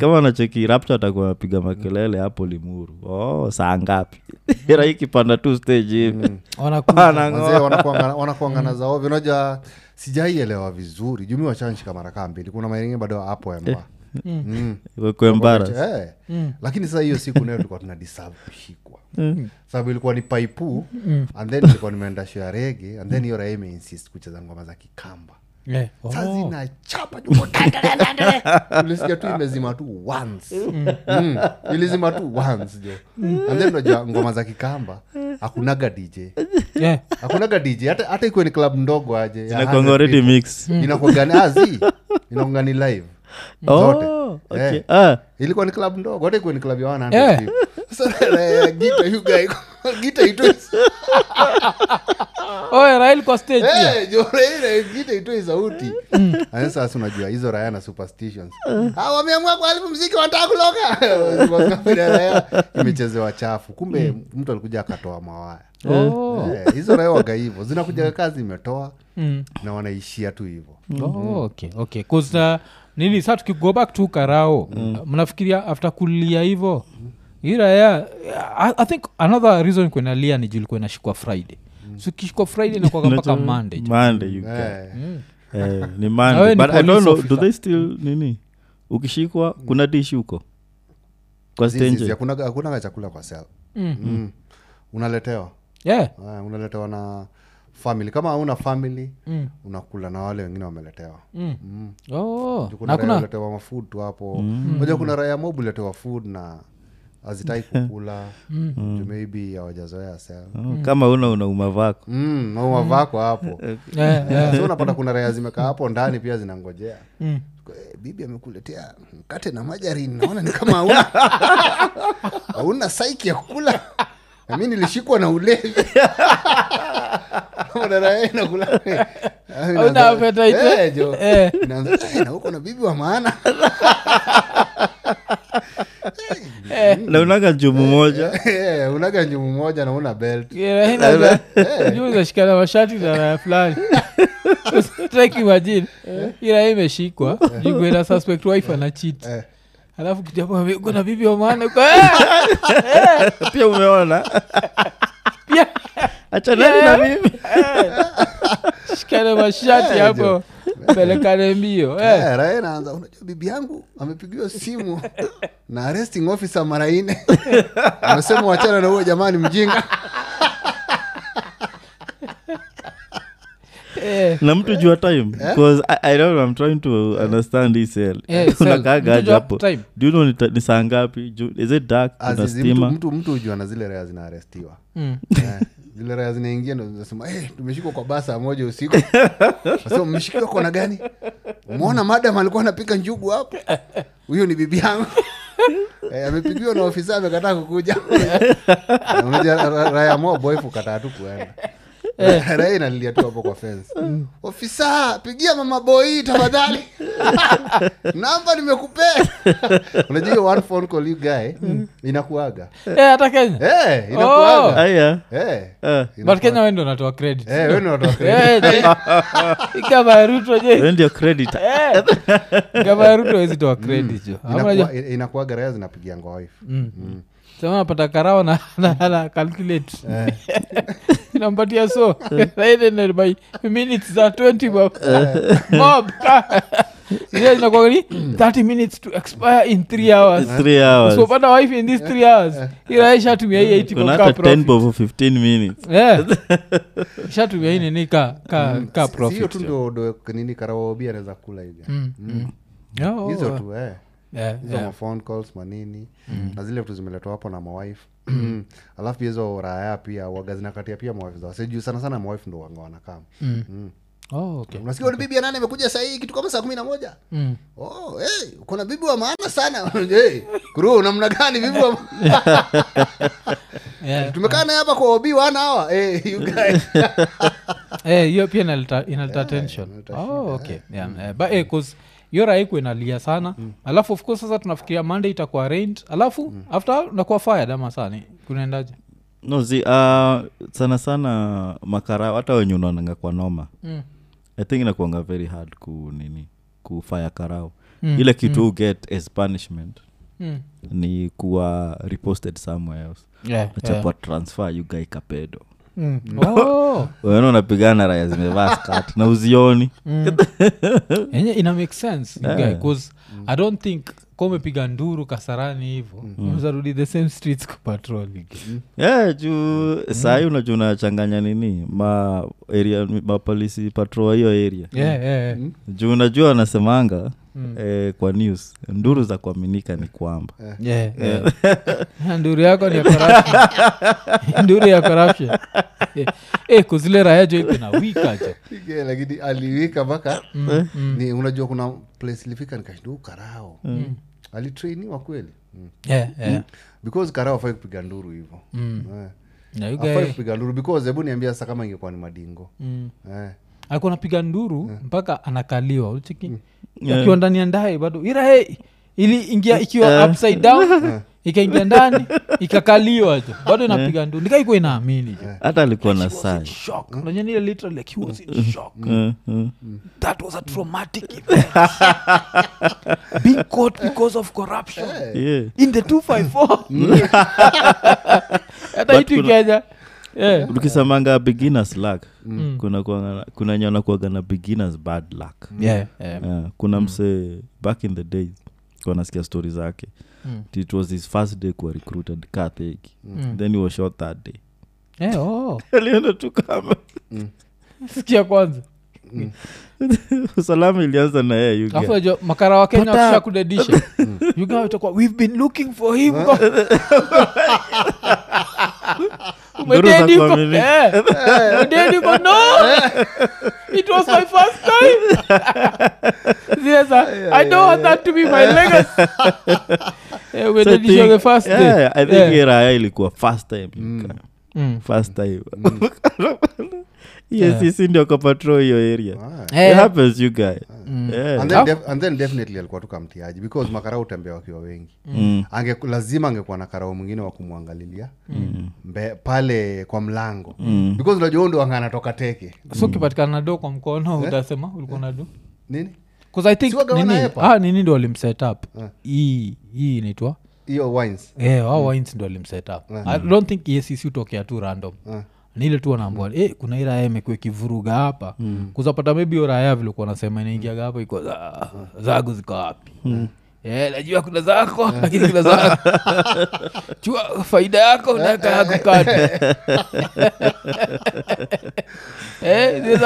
Speaker 2: kama wanacheki rapta atakuwa anapiga makelele hapo limuru oh saa ngapi
Speaker 3: Mm.
Speaker 2: ira ikipanda tu stage hivi
Speaker 3: wanakuja
Speaker 2: Anang'oa.
Speaker 1: Wazee wanakuanga- wanakuangana za ovyo unajua sijaielewa vizuri jumi wachanshika mara kaa mbili kuna maeneo bado hapo emba Mm.
Speaker 2: Wako embarrassed.
Speaker 1: Eh. lakini sasa hiyo siku nayo tulikuwa tuna deserve kushikwa sababu ilikuwa ni paipu and then ilikuwa nimeenda show ya rege and then hiyo raha imeinsist kucheza ngoma za kikamba
Speaker 3: Yeah. Oh.
Speaker 1: saa zinachapa tu, ulisikia tu imezima tu once mm. ilizima tu once jo and then unajua ngoma za kikamba hakunaga dj
Speaker 3: Yeah.
Speaker 1: hakunaga dj hata, hata ikuwe ni club ndogo aje ya
Speaker 2: Zinakuanga
Speaker 1: 100
Speaker 2: already
Speaker 1: people.
Speaker 2: mix
Speaker 1: Inakuanga ni- ah, zi inakuanga ni live zote
Speaker 2: oh,
Speaker 1: Eh
Speaker 2: okay. ah,
Speaker 1: ilikuwa ni klabu ndogo hata ikuwa ni klabu ya
Speaker 3: Eh.
Speaker 1: 100 people. Sasa, eh, gita you guy, gita itoe-
Speaker 3: Oh, Rael kwa stage pia.
Speaker 1: Eh, jo, ile gita itoe sauti Aya, sasa unajua hizo raya na superstitions Ah, wameamua kuharibu mziki wanataka kuloga Wakafanya raya, imechezewa chafu kumbe mtu alikuja akatoa mawaya
Speaker 3: Oh.
Speaker 1: Eh, hizo raya waga hivo zinakujaga kazi imetoa
Speaker 3: Mm.
Speaker 1: na wanaishia tu hivo
Speaker 3: Oh, okay, okay. 'Cause, uh, nini sa tukigo back tu karao
Speaker 1: Mm.
Speaker 3: uh, mnafikiria after kulia hivo iraya I, i think another reason kuenalia ni julikuwa inashikwa friday
Speaker 1: Mm.
Speaker 3: so ikishikwa friday inakwaka mpaka
Speaker 2: Unajua-
Speaker 3: monday jo.
Speaker 2: Monday, you guys.
Speaker 3: Mm.
Speaker 2: Eh, ni Monday.
Speaker 3: Nawe ni
Speaker 2: But I don't
Speaker 3: police
Speaker 2: know,
Speaker 3: officer. Mm.
Speaker 2: do they still nini ukishikwa kuna dishi huko kwa stenje
Speaker 1: hakunaga chakula kwa sel
Speaker 3: Mm.
Speaker 1: unaletewa
Speaker 3: yeah.
Speaker 1: uh, unaletewa na family kama hauna family mm. unakula na wale wengine wameletewa
Speaker 3: mm. oh,
Speaker 1: Juu
Speaker 3: na
Speaker 1: kuna raya
Speaker 3: kuna
Speaker 1: uletewa mafood tu hapo moja kuna raya mob uletewa food na hazitai kukula
Speaker 3: Mm.
Speaker 1: juu maybe hawajazoea sana
Speaker 2: Oh, kama una unauma vako
Speaker 1: mm, na umavako hapo
Speaker 3: yeah, yeah.
Speaker 1: so unapata kuna raya zimekaa hapo ndani pia zinangojea Kwa, eh, bibi amekuletea mkate na majarini naona ni kama hauna hauna saiki ya kukula Na mi nilishikwa na ulevi Madara, eh, nakula. Eh, inaanza-
Speaker 3: appetite,
Speaker 1: Eh, jo.
Speaker 3: eh.
Speaker 1: Inaanza, eh, na uko na bibi wa maana
Speaker 2: na unaga jumu moja
Speaker 1: Eh, unaga nyumu moja na una belt
Speaker 3: Yeah, Eh, hii naza- juu zashikana mashati na raya fulani Strike imagine hii raya imeshikwa juu kwenda suspect wife ana cheat
Speaker 1: Eh.
Speaker 3: alafu kijapakona bibi wa maana uko, "Eh,
Speaker 2: pia umeona
Speaker 3: pia,
Speaker 2: achanani na mimi
Speaker 3: eh." shikane mashati
Speaker 1: Eh,
Speaker 3: hapo pelekane mbio eh.
Speaker 1: Eh, raha inaanza unajua bibi yangu amepigiwa simu na arresting officer mara nne amesema wachana na huyo jamani mjinga
Speaker 3: Eh,
Speaker 2: na mtu jua time
Speaker 1: Eh?
Speaker 2: because I, I don't know, I'm trying to understand hii cell
Speaker 3: Eh, cell. Mtu
Speaker 2: unakaagaji
Speaker 3: jua
Speaker 2: hapo
Speaker 3: time.
Speaker 2: do you know ni, ta- ni saa ngapi Ju- is it dark kuna
Speaker 1: Azizi, mtu,
Speaker 2: stima
Speaker 1: mtu, mtu hujua na zile raha zinaarestiwa
Speaker 3: mm.
Speaker 1: Eh, zile raha zinaingia ndo zinasema hey, tumeshikwa kwa baa saa moja usiku nasema mmeshikiwa kona gani umeona madam alikuwa anapika njugu hapo huyo ni bibi yangu Eh, amepigiwa na ofisa amekataa kukuja Unajua ra- raya moa boefu kataa tu kuenda raya inalilia tu hapo kwa fence ofisa pigia mama boi tafadhali namba nimekupea unajua hiyo one phone call you guy inakuaga
Speaker 3: Eh, hata kenya
Speaker 1: Eh, inakuaga
Speaker 2: aya
Speaker 1: Eh,
Speaker 2: eh,
Speaker 3: Oh. but
Speaker 1: inakuwa-
Speaker 3: kenya wendi unatoa credit
Speaker 1: Eh, wewe ni watu wa credit.
Speaker 3: Eh, je, kama ruto je
Speaker 2: wewe ndio credit
Speaker 3: Eh, kama ruto wezi toa credit jo Ama unajua-
Speaker 1: Mm, Inakuwa- inakuwaga raya zinapigianga wife
Speaker 3: sema napata karao na, na, na calculate
Speaker 1: Eh.
Speaker 3: nampatia so raidene by minutes za 20 bob
Speaker 1: Eh.
Speaker 3: bob zile zinakuwa ni 30 minutes to expire in 3 hours
Speaker 2: three hours
Speaker 3: usipopata wife in these 3 hours iraisha tumia hii 80 bob
Speaker 2: kuna
Speaker 3: ka
Speaker 2: hata 10
Speaker 3: profit
Speaker 2: bob for 15 minutes
Speaker 3: yeah shatumia hii nini ka ka ka
Speaker 1: Si- si hiyo tu
Speaker 3: profit
Speaker 1: ndio ndio nini karawaobi anaweza kula hivi
Speaker 3: Yeah, Mm. oh,
Speaker 1: hizo tu eh.
Speaker 3: yeah,
Speaker 1: hizo
Speaker 3: yeah. Mm.
Speaker 1: ma phone calls manini na zile vitu zimeletwa hapo na mawife alafu pia hizo raya pia waga zinakatia pia mawife za wasee juu sana sana mawife ndo wanga wanakaa Mm.
Speaker 3: Oh, okay.
Speaker 1: unasikia ni bibi anane amekuja sahii kitu kama saa kumi na moja
Speaker 3: Mm.
Speaker 1: oh, hey, kuna bibi wa maana sana hey, kuru namna gani bibi wa ma-
Speaker 3: Yeah.
Speaker 1: tumekaa naye hapa kwa obi wana hawa hey, you guys
Speaker 3: Eh, hiyo pia inaleta inaleta tension oh, okay yeah. Mm. eh, but, eh, 'cause hiyo raiku inalia sana alafu of course sasa tunafikiria monday itakuwa rained alafu after nakuwa fired ama sani kunaendaje
Speaker 2: no zi uh, sana sana makarao hata wenye unaonanga kwa noma
Speaker 3: Mm.
Speaker 2: i think inakuanga very hard ku nini kufaya karao ile kitu mm. get as punishment
Speaker 3: mm.
Speaker 2: ni kuwa reposted somewhere else
Speaker 3: yeah,
Speaker 2: achapwa transfer you guy kapedo
Speaker 3: Mm. Oh.
Speaker 2: wena unapigana na raya zimevaa skat na uzioni
Speaker 3: yenye Eh, ina make sense you
Speaker 2: Yeah.
Speaker 3: guy, 'cause i don't think ka umepiga nduru kasarani hivo zarudi the same streets kupatrol
Speaker 2: yeah, juu mm. sahii unajua unachanganya nini ma area mapolisi patroa hiyo area
Speaker 3: yeah, yeah.
Speaker 2: juu unajua wanasemanga
Speaker 3: Mm.
Speaker 2: eh, kwa news nduru za kuaminika ni kwamba
Speaker 3: yeah, yeah. nduru yako ni ya corruption nduru ya corruption yeah. eh, kuzile raya jo iko na wika jo
Speaker 1: Ike, lakini aliwika mpaka mm. ni unajua kuna place ilifika nikashinda huu karao alitrainiwa kweli mm.
Speaker 3: yeah, yeah.
Speaker 1: because karao afai kupiga nduru hivo mm.
Speaker 3: Na you
Speaker 1: afai
Speaker 3: guy-
Speaker 1: kupiga nduru because hebu niambia sasa kama ingekuwa ni madingo mm. eh.
Speaker 3: alikuwa anapiga nduru mpaka anakaliwa uchiki akiwa ndani ya ndae bado irahe iliingia ikiwa upside down ikaingia ndani ikakaliwa tu bado inapiga nduru nikaikuwa inaamini jo
Speaker 2: hata alikuwa na sai
Speaker 3: shock unajua ni ile literally like he was in shock
Speaker 2: Eh, eh.
Speaker 3: that was a traumatic event being caught because of corruption
Speaker 2: Yeah.
Speaker 3: in the 254 hata itu kenya yeah.
Speaker 2: ukisemanga beginners luck
Speaker 3: Mm.
Speaker 2: kuna kuanga- kuna nyana kuaga na beginners bad luck
Speaker 3: Yeah, yeah.
Speaker 2: Yeah, kuna
Speaker 3: Mm.
Speaker 2: msee back in the days anasikia stori zake
Speaker 3: Mm.
Speaker 2: it was his first day kuwa recruited katheki then he was shot that day
Speaker 3: Eh, oh.
Speaker 2: alienda tu kama
Speaker 3: sikia kwanza
Speaker 2: usalama ilianza na yeye Yuga.
Speaker 3: alafu najua makara wa kenya
Speaker 2: Pata-
Speaker 3: wakisha kudedisha yugaa itakuwa we've been looking for him
Speaker 2: Nduru za
Speaker 3: umededi huko
Speaker 2: kuaminika.
Speaker 3: Eh, umededi huko no it was my first time zile za i don't want that to be my legacy Eh,
Speaker 2: So I
Speaker 3: umededishwa the
Speaker 2: think-
Speaker 3: first
Speaker 2: yeah,
Speaker 3: day
Speaker 2: I think
Speaker 3: Yeah.
Speaker 2: hii raya ilikuwa first time Yuga.
Speaker 3: Mm.
Speaker 2: first time yes sisi ndio kwa patrol hiyo area
Speaker 1: Ah.
Speaker 3: Eh,
Speaker 2: it happens you guy yeah.
Speaker 1: And then
Speaker 3: Ah.
Speaker 1: def- and then definitely alikuwa tu kamtiaji because makarau utembea wakiwa wengi
Speaker 2: Mm.
Speaker 1: ange lazima angekuwa na karau mwingine wa kumwangalilia mbe- pale kwa mlango mm. because unajua huyu ndo wanga anatoka teke
Speaker 3: so ukipatikana na do kwa mkono utasema ulikuwa na do
Speaker 1: nini
Speaker 3: 'Cause I think
Speaker 1: Si wagawana
Speaker 3: nini,
Speaker 1: hepa?
Speaker 3: ah, nini ndo walimsetup
Speaker 1: Ah.
Speaker 3: hii hii inaitwa
Speaker 1: hiyo wines
Speaker 3: Eh, wao wines ndo alimsetup
Speaker 1: Eh.
Speaker 3: i don't think esisi utokea tu random nile tu wanaambua
Speaker 1: Hmm.
Speaker 3: eh, kuna hii raya imekuwa ikivuruga hapa mm. kuzapata maybe hiyo raya vilikuwa nasema inaingiaga hapa iko za, zagu ziko wapi
Speaker 1: Hmm.
Speaker 3: Eh, najua kuna zako lakini kuna zako chua faida
Speaker 1: Eh.
Speaker 3: yako nakayakukata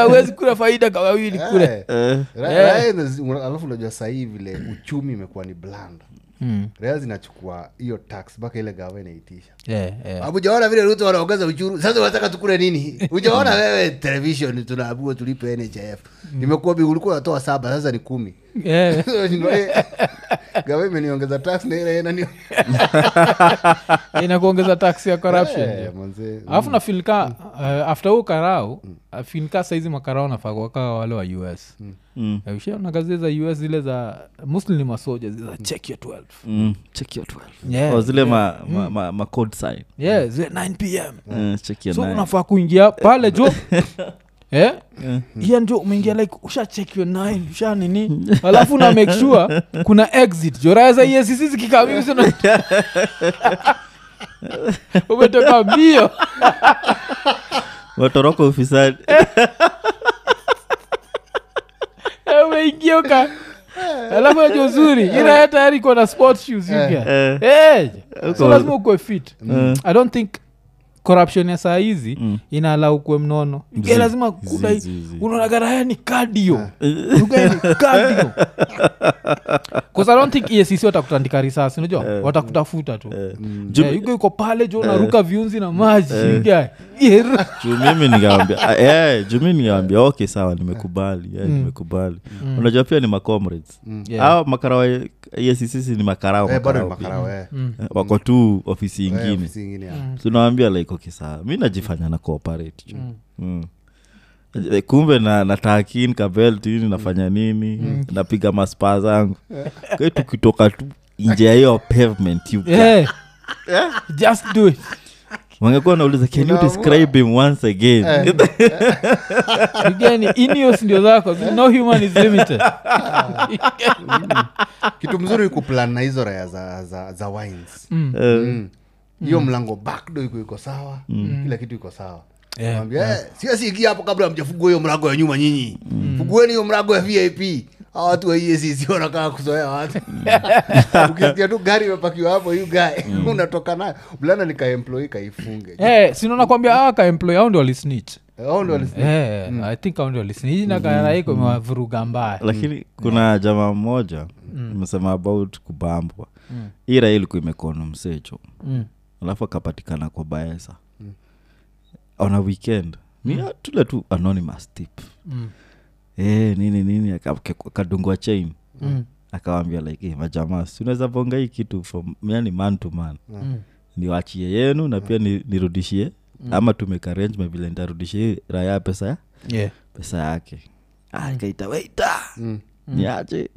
Speaker 3: awezi Eh, kula faida kama wili kule
Speaker 1: Eh, ra-
Speaker 3: Eh.
Speaker 1: raya inazi- una- alafu unajua sahii vile uchumi imekuwa ni bland
Speaker 3: Mm.
Speaker 1: raya zinachukua hiyo tax mpaka ile gava inaitisha
Speaker 3: Eh, eh.
Speaker 1: ujaona vile ruto wanaongeza uchuru sasa unataka tukule nini ujaona
Speaker 3: Mm.
Speaker 1: wewe television tunaambiwa tulipe nhf nimekuwa bi- ulikuwa unatoa saba sasa ni kumi
Speaker 3: Eh.
Speaker 1: gawa imeniongeza tax na ile nani Eh,
Speaker 3: Eh, inakuongeza tax ya corruption
Speaker 1: Eh,
Speaker 3: ndio.
Speaker 1: manze.
Speaker 2: Mm.
Speaker 3: alafu nafilika uh, after huu karau uh, filika saizi makarau nafakaka wale wa us
Speaker 2: Mm.
Speaker 3: Eh, ushaona kazi za us zile za muslim masoja zile za check your 12
Speaker 2: Mm. Oh, check your 12
Speaker 3: Yeah,
Speaker 2: Or zile ma,
Speaker 3: Mm.
Speaker 2: ma, ma, ma code sign
Speaker 3: yeah zile 9 pm
Speaker 2: Eh, check your
Speaker 3: so
Speaker 2: 9.
Speaker 3: unafaa kuingia pale jo Eh?
Speaker 2: Mm.
Speaker 3: Hiyo ndio umeingia like usha check your nine usha nini alafu na make sure kuna exit joraya za E esisi zikikamiusi umetoka mbio
Speaker 2: watoroka ufisadi
Speaker 3: Eh, umeingia uka alafu ajo uzuri iraya tayari iko na sport shoes you get.
Speaker 2: Eh.
Speaker 3: Eh, so
Speaker 2: Uko-
Speaker 3: lazima ukuwe fit
Speaker 1: Mm.
Speaker 2: Eh.
Speaker 3: i don't think corruption ya saa hizi inaala ukwe mnono You get
Speaker 2: Mm. Zi-
Speaker 3: lazima kuna
Speaker 2: zi- zi- Eh. zi.
Speaker 3: unaonagaraya ni cardio. You get ni cardio. 'Cause i don't think E EACC watakutandika risasi unajua watakutafuta
Speaker 1: Mm.
Speaker 3: tu
Speaker 2: Eh. Juu- Eh.
Speaker 3: Eh, you get uko pale jo unaruka viunzi na maji you get. Yeah.
Speaker 2: juu mimi nikawambia eh, juu mimi nikawambia okay sawa nimekubali yeah, nimekubali unajua pia ni macomrades
Speaker 3: Mm. Yeah.
Speaker 2: au makarao yesisisi ni makarao
Speaker 1: Mm. Eh, bado ni
Speaker 2: makarao pia.
Speaker 1: makarao eh.
Speaker 3: Mm.
Speaker 2: Eh, wako tu ofisi
Speaker 1: Eh,
Speaker 2: ingine
Speaker 1: ofisi ingine ya.
Speaker 2: tunawambia like okay sawa mi najifanya na cooperate juu mm. Eh, kumbe na nataakin kabeltini
Speaker 1: Mm.
Speaker 2: nafanya nini napiga maspaa zangu kai tukitoka tu nje ya hiyo pavement you guys.
Speaker 3: Eh. just do it
Speaker 2: wangekuwa nauliza can you
Speaker 1: Unaamua. Eh.
Speaker 2: describe him once again Eh.
Speaker 3: igani inios ndio zako no human is limited
Speaker 1: kitu mzuri ni kuplan na hizo raya za, za, za wines
Speaker 2: Eh,
Speaker 1: Mm. hiyo mlango backdo iko iko sawa kila kitu iko sawa
Speaker 3: Mm. Yeah, Mm.
Speaker 1: Mwambie, "Eh, siwezi ingia hapo kabla mjafungua hiyo mlango ya nyuma nyinyi fungueni hiyo mlango ya vip hawa watu wa E EACC wanakaa kuzoea watu
Speaker 3: Mm.
Speaker 1: ukisikia tu gari imepakiwa hapo hiyo gae unatoka nayo mlana nikaemploi kaifunge
Speaker 3: Eh, si unaona kwambia aka employ au ndio walisnitch
Speaker 1: Hao ndio walisema.
Speaker 3: Eh, i think au ndio walisnitch hii nakaraiko imewavuruga mbaya
Speaker 2: lakini kuna jamaa mmoja
Speaker 3: Mm.
Speaker 2: imesema about kubambwa hii raha ilikuwa imekona msecho
Speaker 3: Mm.
Speaker 2: alafu akapatikana kwa baesa on a weekend ni ya- tule tu anonymous tip
Speaker 3: Mm.
Speaker 2: Eh, nini nini aka- aka- akadungwa chain
Speaker 3: Mm.
Speaker 2: akawambia like hey, majamaa si unaweza bonga hii kitu from yani man to man
Speaker 3: Mm.
Speaker 2: niwachie yenu na pia ni- nirudishie ama tumekarenjme vile ntarudishia hii raha ya pesa ya
Speaker 3: Yeah.
Speaker 2: pesa yake
Speaker 3: Mm.
Speaker 2: akaita weita niache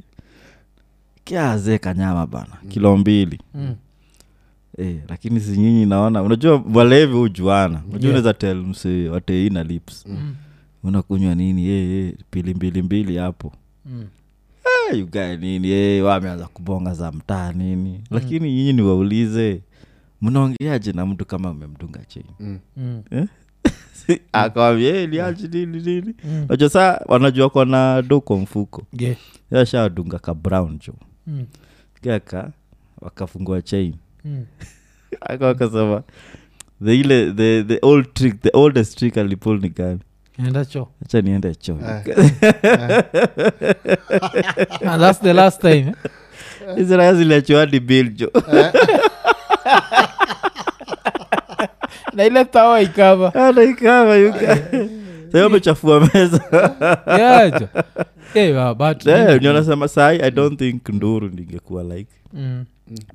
Speaker 2: kiazee kanyama bana kilo mbili
Speaker 3: Mm.
Speaker 2: Eh, lakini si nyinyi naona unajua walevi hujuana unajua unaweza tel mse wateina lips
Speaker 3: Mm.
Speaker 2: unakunywa nini eh, eh, pili mbili mbili hapo
Speaker 3: Mm.
Speaker 2: Eh, you guy nini eh, wameanza kubonga za mtaa
Speaker 3: Mm.
Speaker 2: nini lakini nyinyi niwaulize mnaongeaje na mtu kama umemdunga chini
Speaker 1: Mm.
Speaker 3: Mm.
Speaker 2: akawambia "Eh, liachi nini nini najua saa wanajua kona do kwa mfuko
Speaker 3: Yeah.
Speaker 2: yashadunga ka brown jo
Speaker 3: Mm.
Speaker 2: kaka wakafungua chain
Speaker 3: Mm.
Speaker 2: aka wakasema the ile the, the old trick the oldest trick alipol ni gani
Speaker 3: enda cho
Speaker 2: hacha niende choo
Speaker 3: Ah, thats the last time eh?
Speaker 2: israel ziliachoadi biljo
Speaker 3: na ile tawa ikava
Speaker 2: anaikava yuka sahi amechafua meza
Speaker 3: yacho Eh, wa, but
Speaker 2: Eh,
Speaker 3: mimi-
Speaker 2: ndio nasema sai i don't think nduru ningekuwa like
Speaker 3: Mm,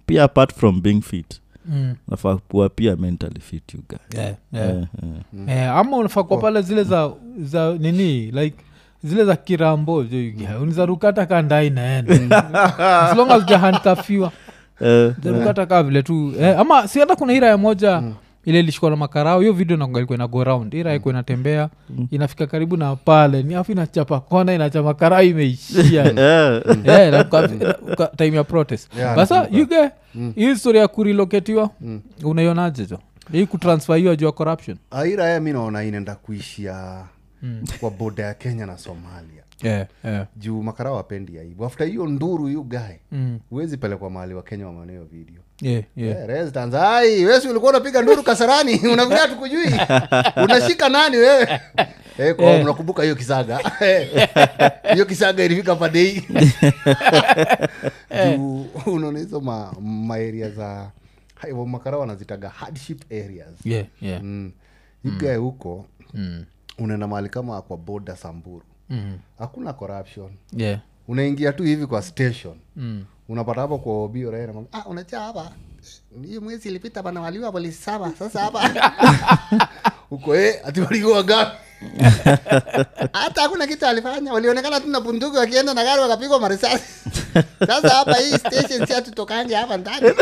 Speaker 2: pia apart from being fit
Speaker 3: mm.
Speaker 2: nafaa kuwa pia mentally fit you guy
Speaker 3: Yeah, yeah.
Speaker 2: Eh, eh.
Speaker 3: Eh, ama unafaa kwa pale zile za za nini like zile za kirambo unizarukata ka ndai naenda as long as jahantafiwa
Speaker 2: Eh,
Speaker 3: zarukata kaa vile tu eh, ama si hata kuna iraya moja ile ilishikwa na makarao hiyo video nagalikuwa na go round ira ikuwa inatembea inafika karibu na pale ni afu inachapa kona inachapa karao imeishia
Speaker 2: eh,
Speaker 3: Eh, na uka- uka- time ya protest
Speaker 1: Yeah,
Speaker 3: basa yuge hii story ya kuriloketiwa unaionaje jo hii kutransfer hiyo juu ya corruption
Speaker 1: airaya mi naona inaenda kuishia
Speaker 3: Mm.
Speaker 1: kwa boda ya kenya na somalia
Speaker 3: yeah, yeah.
Speaker 1: juu makara wapendi aibu afta hiyo nduru hiyo gae
Speaker 3: Mm.
Speaker 1: huwezi pelekwa mahali wakenya wameona hiyo video
Speaker 3: Yeah, yeah.
Speaker 1: Eh, Reyes Tanza, "Ai, wesi ulikuwa unapiga nduru kasarani unavilia tukujui unashika nani wewe Eh, kwa mnakumbuka hiyo kisaga Eh, hiyo kisaga ilifika padei juu unaona hizo ma- maaria za hai- wa- makara wanazitaga hardship areas
Speaker 3: Yeah, yeah.
Speaker 1: mm. igae huko unaenda mahali kama kwa boda samburu
Speaker 3: Mm.
Speaker 1: hakuna corruption
Speaker 3: Yeah.
Speaker 1: unaingia tu hivi kwa station
Speaker 3: Mm.
Speaker 1: unapata hapo kwa obio raia anamwambia, ah unajua hapa hii mwezi ilipita panawaliwa polisi saba sasa hapa uko eh ati waliua gapi hata hakuna kitu alifanya walionekana tu na bunduki wakienda na gari wakapigwa marisasi sasa hapa hii station si hatutokange hapa ndani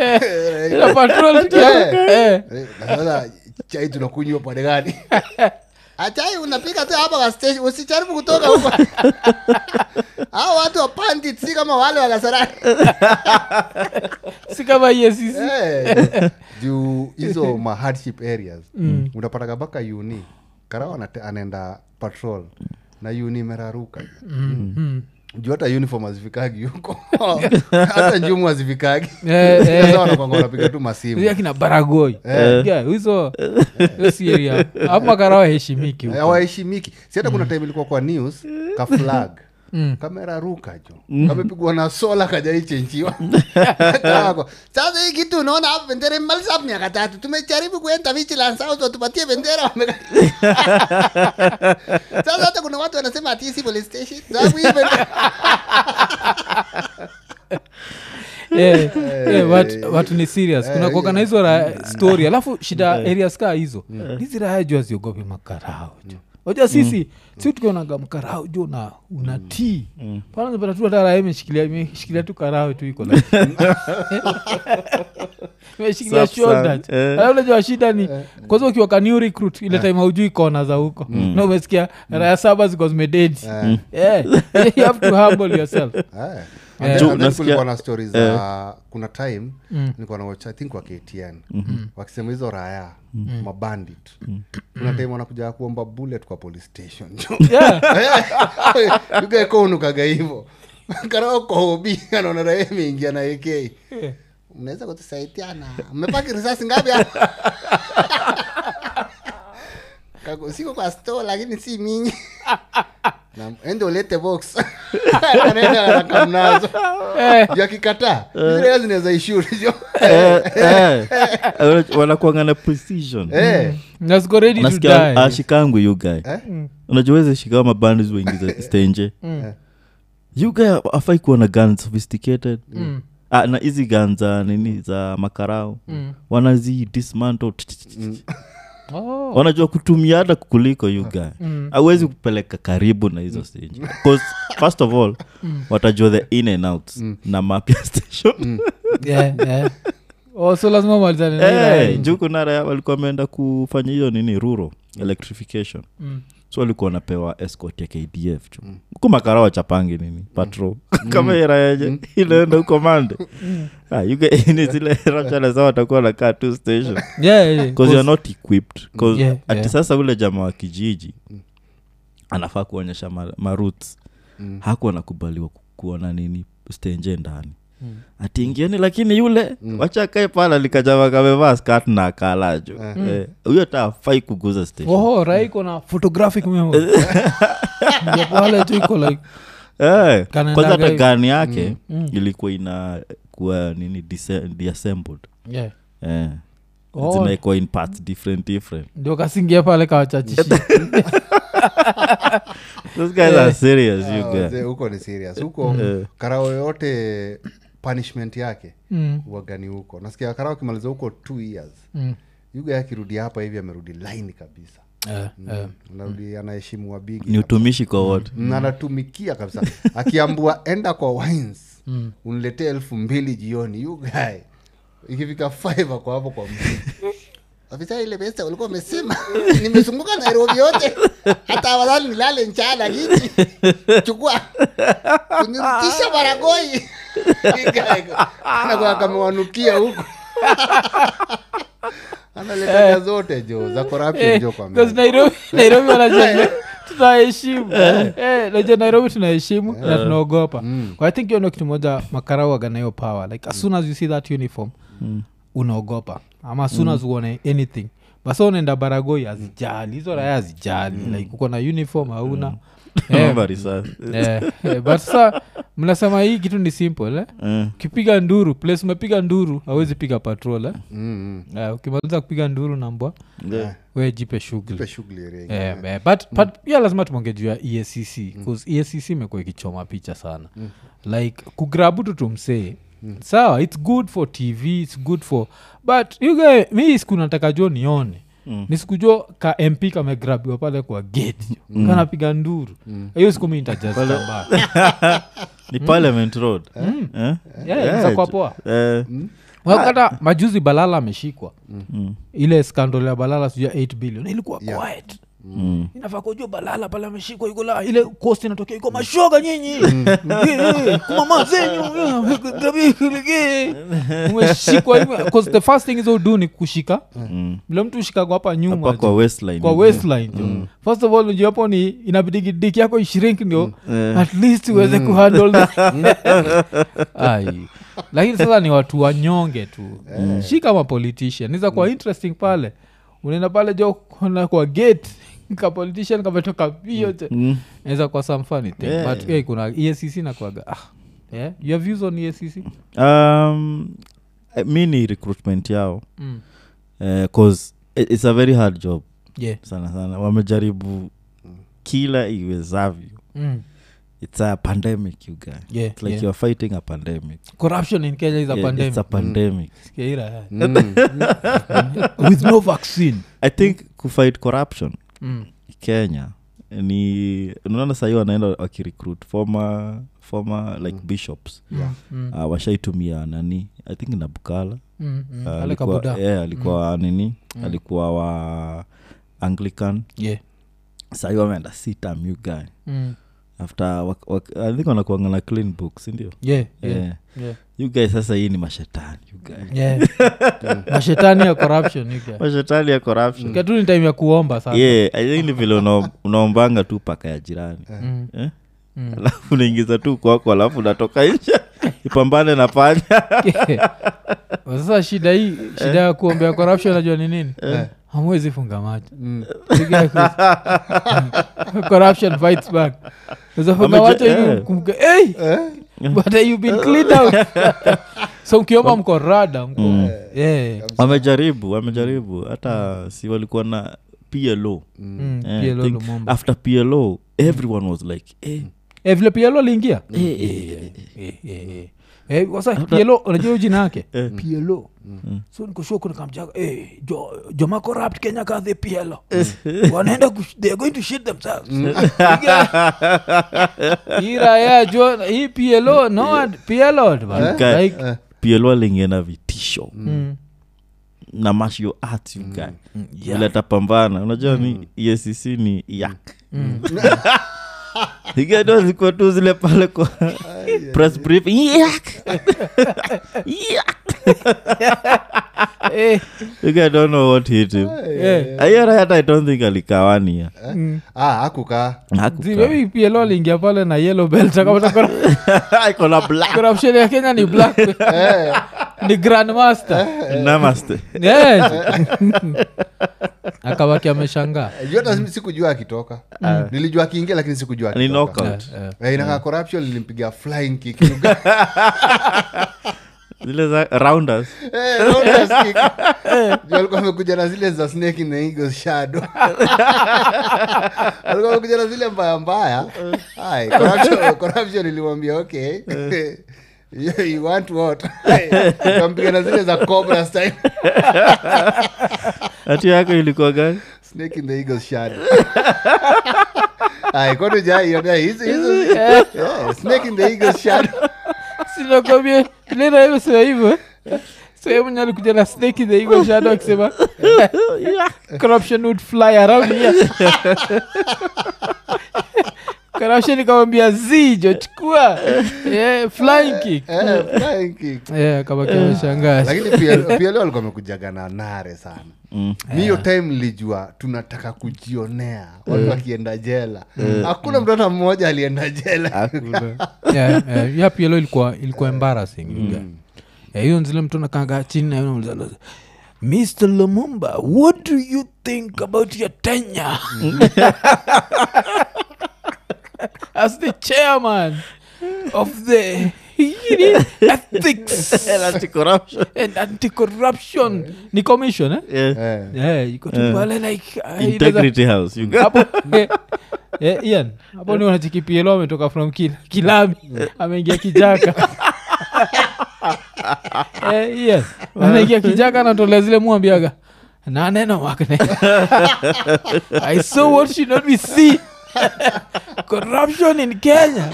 Speaker 1: Eh,
Speaker 3: Ila patrol tu-
Speaker 1: Yeah.
Speaker 3: Eh.
Speaker 1: Eh, sasa chai tunakunywa pande gani achai unapika Ah, tu hapa kwa station usijaribu kutoka huko hao watu wa pandit si kama wale wa kasarani
Speaker 3: si kama EACC.
Speaker 1: Eh, juu hizo ma hardship areas mm. unapataga mpaka uni karawa anate- anaenda patrol na uni imeraruka
Speaker 3: Mm.
Speaker 1: juu hata uniform hazifikagi huko hata njumu hazifikagi
Speaker 3: Eh, eh.
Speaker 1: Sasa wanakwanga wanapiga tu masimu
Speaker 3: Hizi akina baragoi Yeah, hizo hizo si area. Hapo makara waheshimiki huko.
Speaker 1: hawaheshimiki si hata kuna time ilikuwa kwa news ka flag kamera ruka jo kamepigwa na sola kajaichenjiwa sasa hii kitu unaona hapa bendera imalisa hapo miaka tatu tumejaribu kuenda vigilance house watupatie bendera wameka- sasa hata kuna watu wanasema ati hii si police station sababu hii bendera
Speaker 3: Eh, eh, watu- watu ni serious kuna kuoga na hizo ra- story alafu shida
Speaker 2: eh,
Speaker 3: areas kaa hizo hizi raya juu aziogopi makarao
Speaker 2: Mm.
Speaker 3: juu waja sisi si tukionaga mkarao juu una, una
Speaker 2: Mm.
Speaker 3: tii panapata tu hata raya imeshikilia imeshikilia tu karao tu iko like- imeshikilia
Speaker 2: Safi sana.
Speaker 3: shoulder tu.
Speaker 2: Eh.
Speaker 3: Alafu unajua shida ni kwanza ukiwa ka new recruit ile time haujui kona za huko
Speaker 2: Mm.
Speaker 3: na umesikia raya saba ziko zimededi Eh, you have to humble yourself
Speaker 1: Eh.
Speaker 3: Eh.
Speaker 1: And then-
Speaker 2: Juu
Speaker 1: and then
Speaker 2: nasikia-
Speaker 1: kulikuwa na stories za kuna time nilikuwa na watch, I think wa ktn wakisema hizo raya mabandit kuna time wanakuja kuomba bullet kwa police station Eh.
Speaker 3: yeah.
Speaker 1: ugaekounukaga hivo karaokohobi anaona raia imeingia na ak mnaweza kutusaidia na mmepaki risasi ngapi hapa?" Kako- siko kwa store lakini si mingi Na- ende ulete box anaenda anakamnazo
Speaker 3: Eh.
Speaker 1: yakikataa zile zinaweza ishurijo
Speaker 2: Eh, eh. Wana- wanakuanga na precision
Speaker 3: Let's go ready to die.
Speaker 2: nasikia ashikangu yugae
Speaker 1: Eh?
Speaker 2: unajuwezi shikaa mabandis weingiza stenje yugae afai kuwa na gun sophisticated Ah, na hizi gun za nini za makarao
Speaker 3: Mm.
Speaker 2: wanazi dismantle
Speaker 3: Oh. Mm.
Speaker 2: wanajua kutumia hata kukuliko yugae awezi kupeleka karibu na hizo stage Because, first of all watajua the in and out na mapya station
Speaker 3: Yeah, yeah. Oh, so lazima umalizane na hii
Speaker 2: Eh,
Speaker 3: line.
Speaker 2: juu kuna raya walikuwa wameenda kufanya hiyo nini rural electrification
Speaker 3: Mm.
Speaker 2: so walikuwa wanapewa escort ya kdf chu huku makara wachapangi nini patro kama irayaje inaenda huko mande
Speaker 3: Mm.
Speaker 2: Ah, you get- ni zile rachalasa watakuwa nakaa tu station
Speaker 3: Yeah, yeah, yeah.
Speaker 2: bcause youare not equipped bcause
Speaker 3: Yeah,
Speaker 2: ati
Speaker 3: yeah.
Speaker 2: sasa ule jamaa wa kijiji anafaa kuonyesha maruts hakuwa nakubaliwa kuona nini stenje ndani atiingieni lakini yule mm. wachakae pala likachava kamevaa skat na akalajo Eh, huyo hata afai kuguza station
Speaker 3: oho rai iko na photographic memory Ndio pale tu iko like
Speaker 2: Eh,
Speaker 3: Kanaendaga
Speaker 2: kwanza hata
Speaker 3: hivi.
Speaker 2: gani yake ilikuwa ina kuwa nini dise- deassembled
Speaker 3: yeah.
Speaker 2: eh.
Speaker 3: Oh.
Speaker 2: zinaekwa in parts different different
Speaker 3: ndio kasingia pale kawachachishi
Speaker 2: those guys are serious you
Speaker 1: Ah,
Speaker 2: guys
Speaker 1: wazee, huko ni serious huko
Speaker 3: Eh.
Speaker 1: karao yote punishment yake
Speaker 3: Mm.
Speaker 1: wagani huko nasikia karao akimaliza huko two years
Speaker 3: Mm.
Speaker 1: yuga akirudi hapa hivi amerudi line kabisa Mm.
Speaker 3: Eh, eh.
Speaker 1: anarudi anaheshimu wabigi
Speaker 2: ni utumishi kwa wote
Speaker 1: Mm, anatumikia kabisa akiambua enda kwa wines uniletee elfu mbili jioni you guy ikifika five ako hapo kwa mtu afisa ile pesa ulikuwa umesema nimezunguka nairobi yote hata afadhali nilale njaa lakini chukua kunirudisha baragoi kamewanukia huko analetaga zote jo za corruption jo kwa
Speaker 3: Eh, Because
Speaker 1: meza.
Speaker 3: nairobi nairobi wanajua tunaheshimu Eh, najua nairobi tunaheshimu na tunaogopa Kwa i think hiyo ndio kitu moja makarau waga na hiyo power like as soon as you see that uniform unaogopa ama as soon as uone anything basa unaenda baragoi azijali hizo raya azijali like uko na uniform hauna Eh,
Speaker 2: Naomba risasi.
Speaker 3: eh, eh, but sasa mnasema hii kitu ni simple eh?
Speaker 2: Eh.
Speaker 3: ukipiga nduru place umepiga nduru hawezi piga patrol eh?
Speaker 1: Mm,
Speaker 3: Eh, ukimaliza kupiga nduru na mbwa
Speaker 2: Yeah.
Speaker 3: we jipe shughuli
Speaker 1: mm. shughuli ile ingine.
Speaker 3: Eh, eh, but but pia lazima tumonge juu ya E escc bcause escc imekuwa ikichoma picha sana like kugrabu tu tumsee sawa its good for tv its good for but you guy, mi hii siku nataka jo nione Mm. nisikujua ka mp kamegrabiwa pale kwa gate mm. kanapiga nduru hiyo siku mi ntajazambaya
Speaker 2: ni
Speaker 3: Hmm.
Speaker 2: parliament road Eh? Yeah,
Speaker 3: sakwa
Speaker 2: ju-
Speaker 3: poa
Speaker 2: eh,
Speaker 3: wakata majuzi balala ameshikwa
Speaker 2: Hmm.
Speaker 3: ile skandol ya balala sijua 8 billion ilikuwa quiet
Speaker 2: mm.
Speaker 3: inafaa kujua balala pale ameshikwa iko la ile kosti inatokea iko mashoga nyinyi
Speaker 2: Mm.
Speaker 3: Eh, eh, kumama zenyu eh, gabi, ligi. umeshikwa hivyo. 'Cause the first thing hizo udu ni kushika vile mtu ushikagwa hapa nyuma
Speaker 2: Mm. Hapa kwa Mm.
Speaker 3: ju-
Speaker 2: Westline.
Speaker 3: Hmm. kwa waistline jo first of all unajua hapo ni inabidigi diki yako ishrink ndio
Speaker 2: Mm. Eh.
Speaker 3: at least uweze kuhandle the- Ai. lakini sasa ni watu wanyonge tu
Speaker 2: Eh.
Speaker 3: shi kama politician niza kwa
Speaker 2: Mm.
Speaker 3: interesting pale unaenda pale jo kuna kwa gate ka politician kametoka pio
Speaker 2: Mm. Eh.
Speaker 3: naweza kwa some funny thing
Speaker 2: Yeah.
Speaker 3: but hey, kuna E escc na kwaga ah. yeah. you have views on E escc
Speaker 2: Um, eh, mi ni recruitment yao
Speaker 3: mm.
Speaker 2: Eh, 'cause it- it's a very hard job
Speaker 3: yeah.
Speaker 2: sana sana wamejaribu kila iwezavyo
Speaker 3: mm.
Speaker 2: it's a pandemic you guy
Speaker 3: Yeah,
Speaker 2: it's like
Speaker 3: yeah.
Speaker 2: you're fighting a pandemic
Speaker 3: corruption in kenya is a
Speaker 2: Yeah,
Speaker 3: pandemic Hmm.
Speaker 2: it's a pandemic
Speaker 3: Sikia hii raha.
Speaker 1: Mm.
Speaker 3: with no vaccine
Speaker 2: i think kufight corruption
Speaker 3: mm.
Speaker 2: kenya ni unaona sahii wanaenda wakirecruit former former like bishops
Speaker 3: Mm.
Speaker 2: uh, washaitumia nani i think nabukala
Speaker 3: Mm, mm.
Speaker 2: Uh,
Speaker 3: Ale
Speaker 2: alikuwa-
Speaker 3: kabuda.
Speaker 2: yeah, alikuwa wa
Speaker 3: Mm.
Speaker 2: nini alikuwa wa anglican
Speaker 3: Yeah.
Speaker 2: sahii wameenda sitam you guy
Speaker 3: Mm.
Speaker 2: after wak- wak- i think wanakuanga na clean book sindio
Speaker 3: Yeah, yeah,
Speaker 2: yeah.
Speaker 3: yeah.
Speaker 2: you guy sasa hii ni mashetani you guy
Speaker 3: Yeah. mashetani ya corruption
Speaker 2: mashetani ya corruption
Speaker 3: katu ni time ya kuomba sasa
Speaker 2: Mm. yeah i think ni vile unaom- unaombanga tu paka ya jirani
Speaker 3: Mm.
Speaker 2: Eh? alafu unaingiza tu kwako alafu unatoka nje ipambane na panya
Speaker 3: sasa shida hii shida ya kuombea corruption najua ni nini
Speaker 2: Eh.
Speaker 3: hamwezi funga macho
Speaker 2: Mm.
Speaker 3: Piga Chris. corruption fights back uzafunga
Speaker 2: Ameje-
Speaker 3: macho ili
Speaker 2: eh.
Speaker 3: ukumbuke, "Hey, but you've been cleaned out." so mkiomba mko rada mko
Speaker 2: Mm.
Speaker 3: yeah.
Speaker 2: wamejaribu wamejaribu hata si walikuwa na plo
Speaker 3: Mm,
Speaker 2: Eh,
Speaker 3: PLO
Speaker 2: think
Speaker 3: Lumumba.
Speaker 2: after plo everyone was like eh,
Speaker 3: Eh, vile pielo aliingia Eh, kwasa pielo unajua jina yake pielo so nikoshua kuna kamjaga eh, jo- joma corrupt kenya ka the pielo Mm. wanaenda kush- they are going to shit themselves hii raya jo hii pielo no pielo
Speaker 2: you guy-
Speaker 3: like
Speaker 2: plo aliingia na vitisho
Speaker 3: Eh. mm,
Speaker 2: na martial arts you guy vile atapambana unajua
Speaker 3: Mm.
Speaker 2: ni E escc ni yak igadozikwa tu zile pale kwa press brief yak yak
Speaker 3: Eh,
Speaker 2: You guys don't know what hit him.
Speaker 3: eh.
Speaker 2: Hiyo riot I don't think alikawani
Speaker 3: Mm.
Speaker 1: ah, akukaa
Speaker 3: See, maybe PLO aliingia pale na yellow belt akapata cor-
Speaker 2: akona black
Speaker 3: corruption ya kenya ni black Eh. ni grandmaster
Speaker 2: namaste
Speaker 3: Eh. akabaki ameshangaa
Speaker 1: Juu hata mi sikujua akitoka Mm. nilijua akiingia lakini sikujua
Speaker 2: ni
Speaker 1: akitoka.
Speaker 2: knockout
Speaker 3: Eh, eh.
Speaker 1: Eh, inakaa corruption lilimpiga flying kick Nuga-
Speaker 2: zile za rounders
Speaker 1: Eh, rounders kick. Juu alikuwa amekuja na zile za snake in the eagle's shadow alikuwa amekuja na zile mbaya mbaya Ai, corruption- corruption ilimwambia okay You- you want what kampiga na zile za cobra style
Speaker 2: hati yako ilikuwa gani
Speaker 1: snake in the eagle's shadow Ai, kwani hujaionea hizi- hizi- Eh, snake in the eagle's shadow
Speaker 3: sinakwambia lena hivo sema hivyo sehemu nyalikuja na snake the eagle shadow akisema corruption would fly around here corruption ikamwambia zijo chukua yeah, flying kick
Speaker 1: Eh, flying kick.
Speaker 3: yeah, kabaki ameshangaa
Speaker 1: lakini PL PLO alikuwa amekujaga na nare sana mm. hiyo time nilijua tunataka kujionea watu wakienda jela hakuna mtoto mmoja alienda jela
Speaker 3: yeah, yeah, yeah, PLO ilikuwa ilikuwa embarrassing mm. yeah, hiyo nzile mtu nakanga chini na yeye anamuuliza, mr lumumba what do you think about your tenure as the chairman of the ethics
Speaker 2: Anti Eh, corruption
Speaker 3: and anti-corruption ni commission eh?
Speaker 2: yeah.
Speaker 1: Eh.
Speaker 3: yeah, iko tu pale like ah, it doesn't-
Speaker 2: integrity house you got
Speaker 3: hapo eh, eh, Ian, hapo ni wanachikipielo ametoka from kil, kilami ameingia kijaka eh, Ian, anaingia kijaka anatolea zile muambiaga naneno makne i saw what should not be see corruption in kenya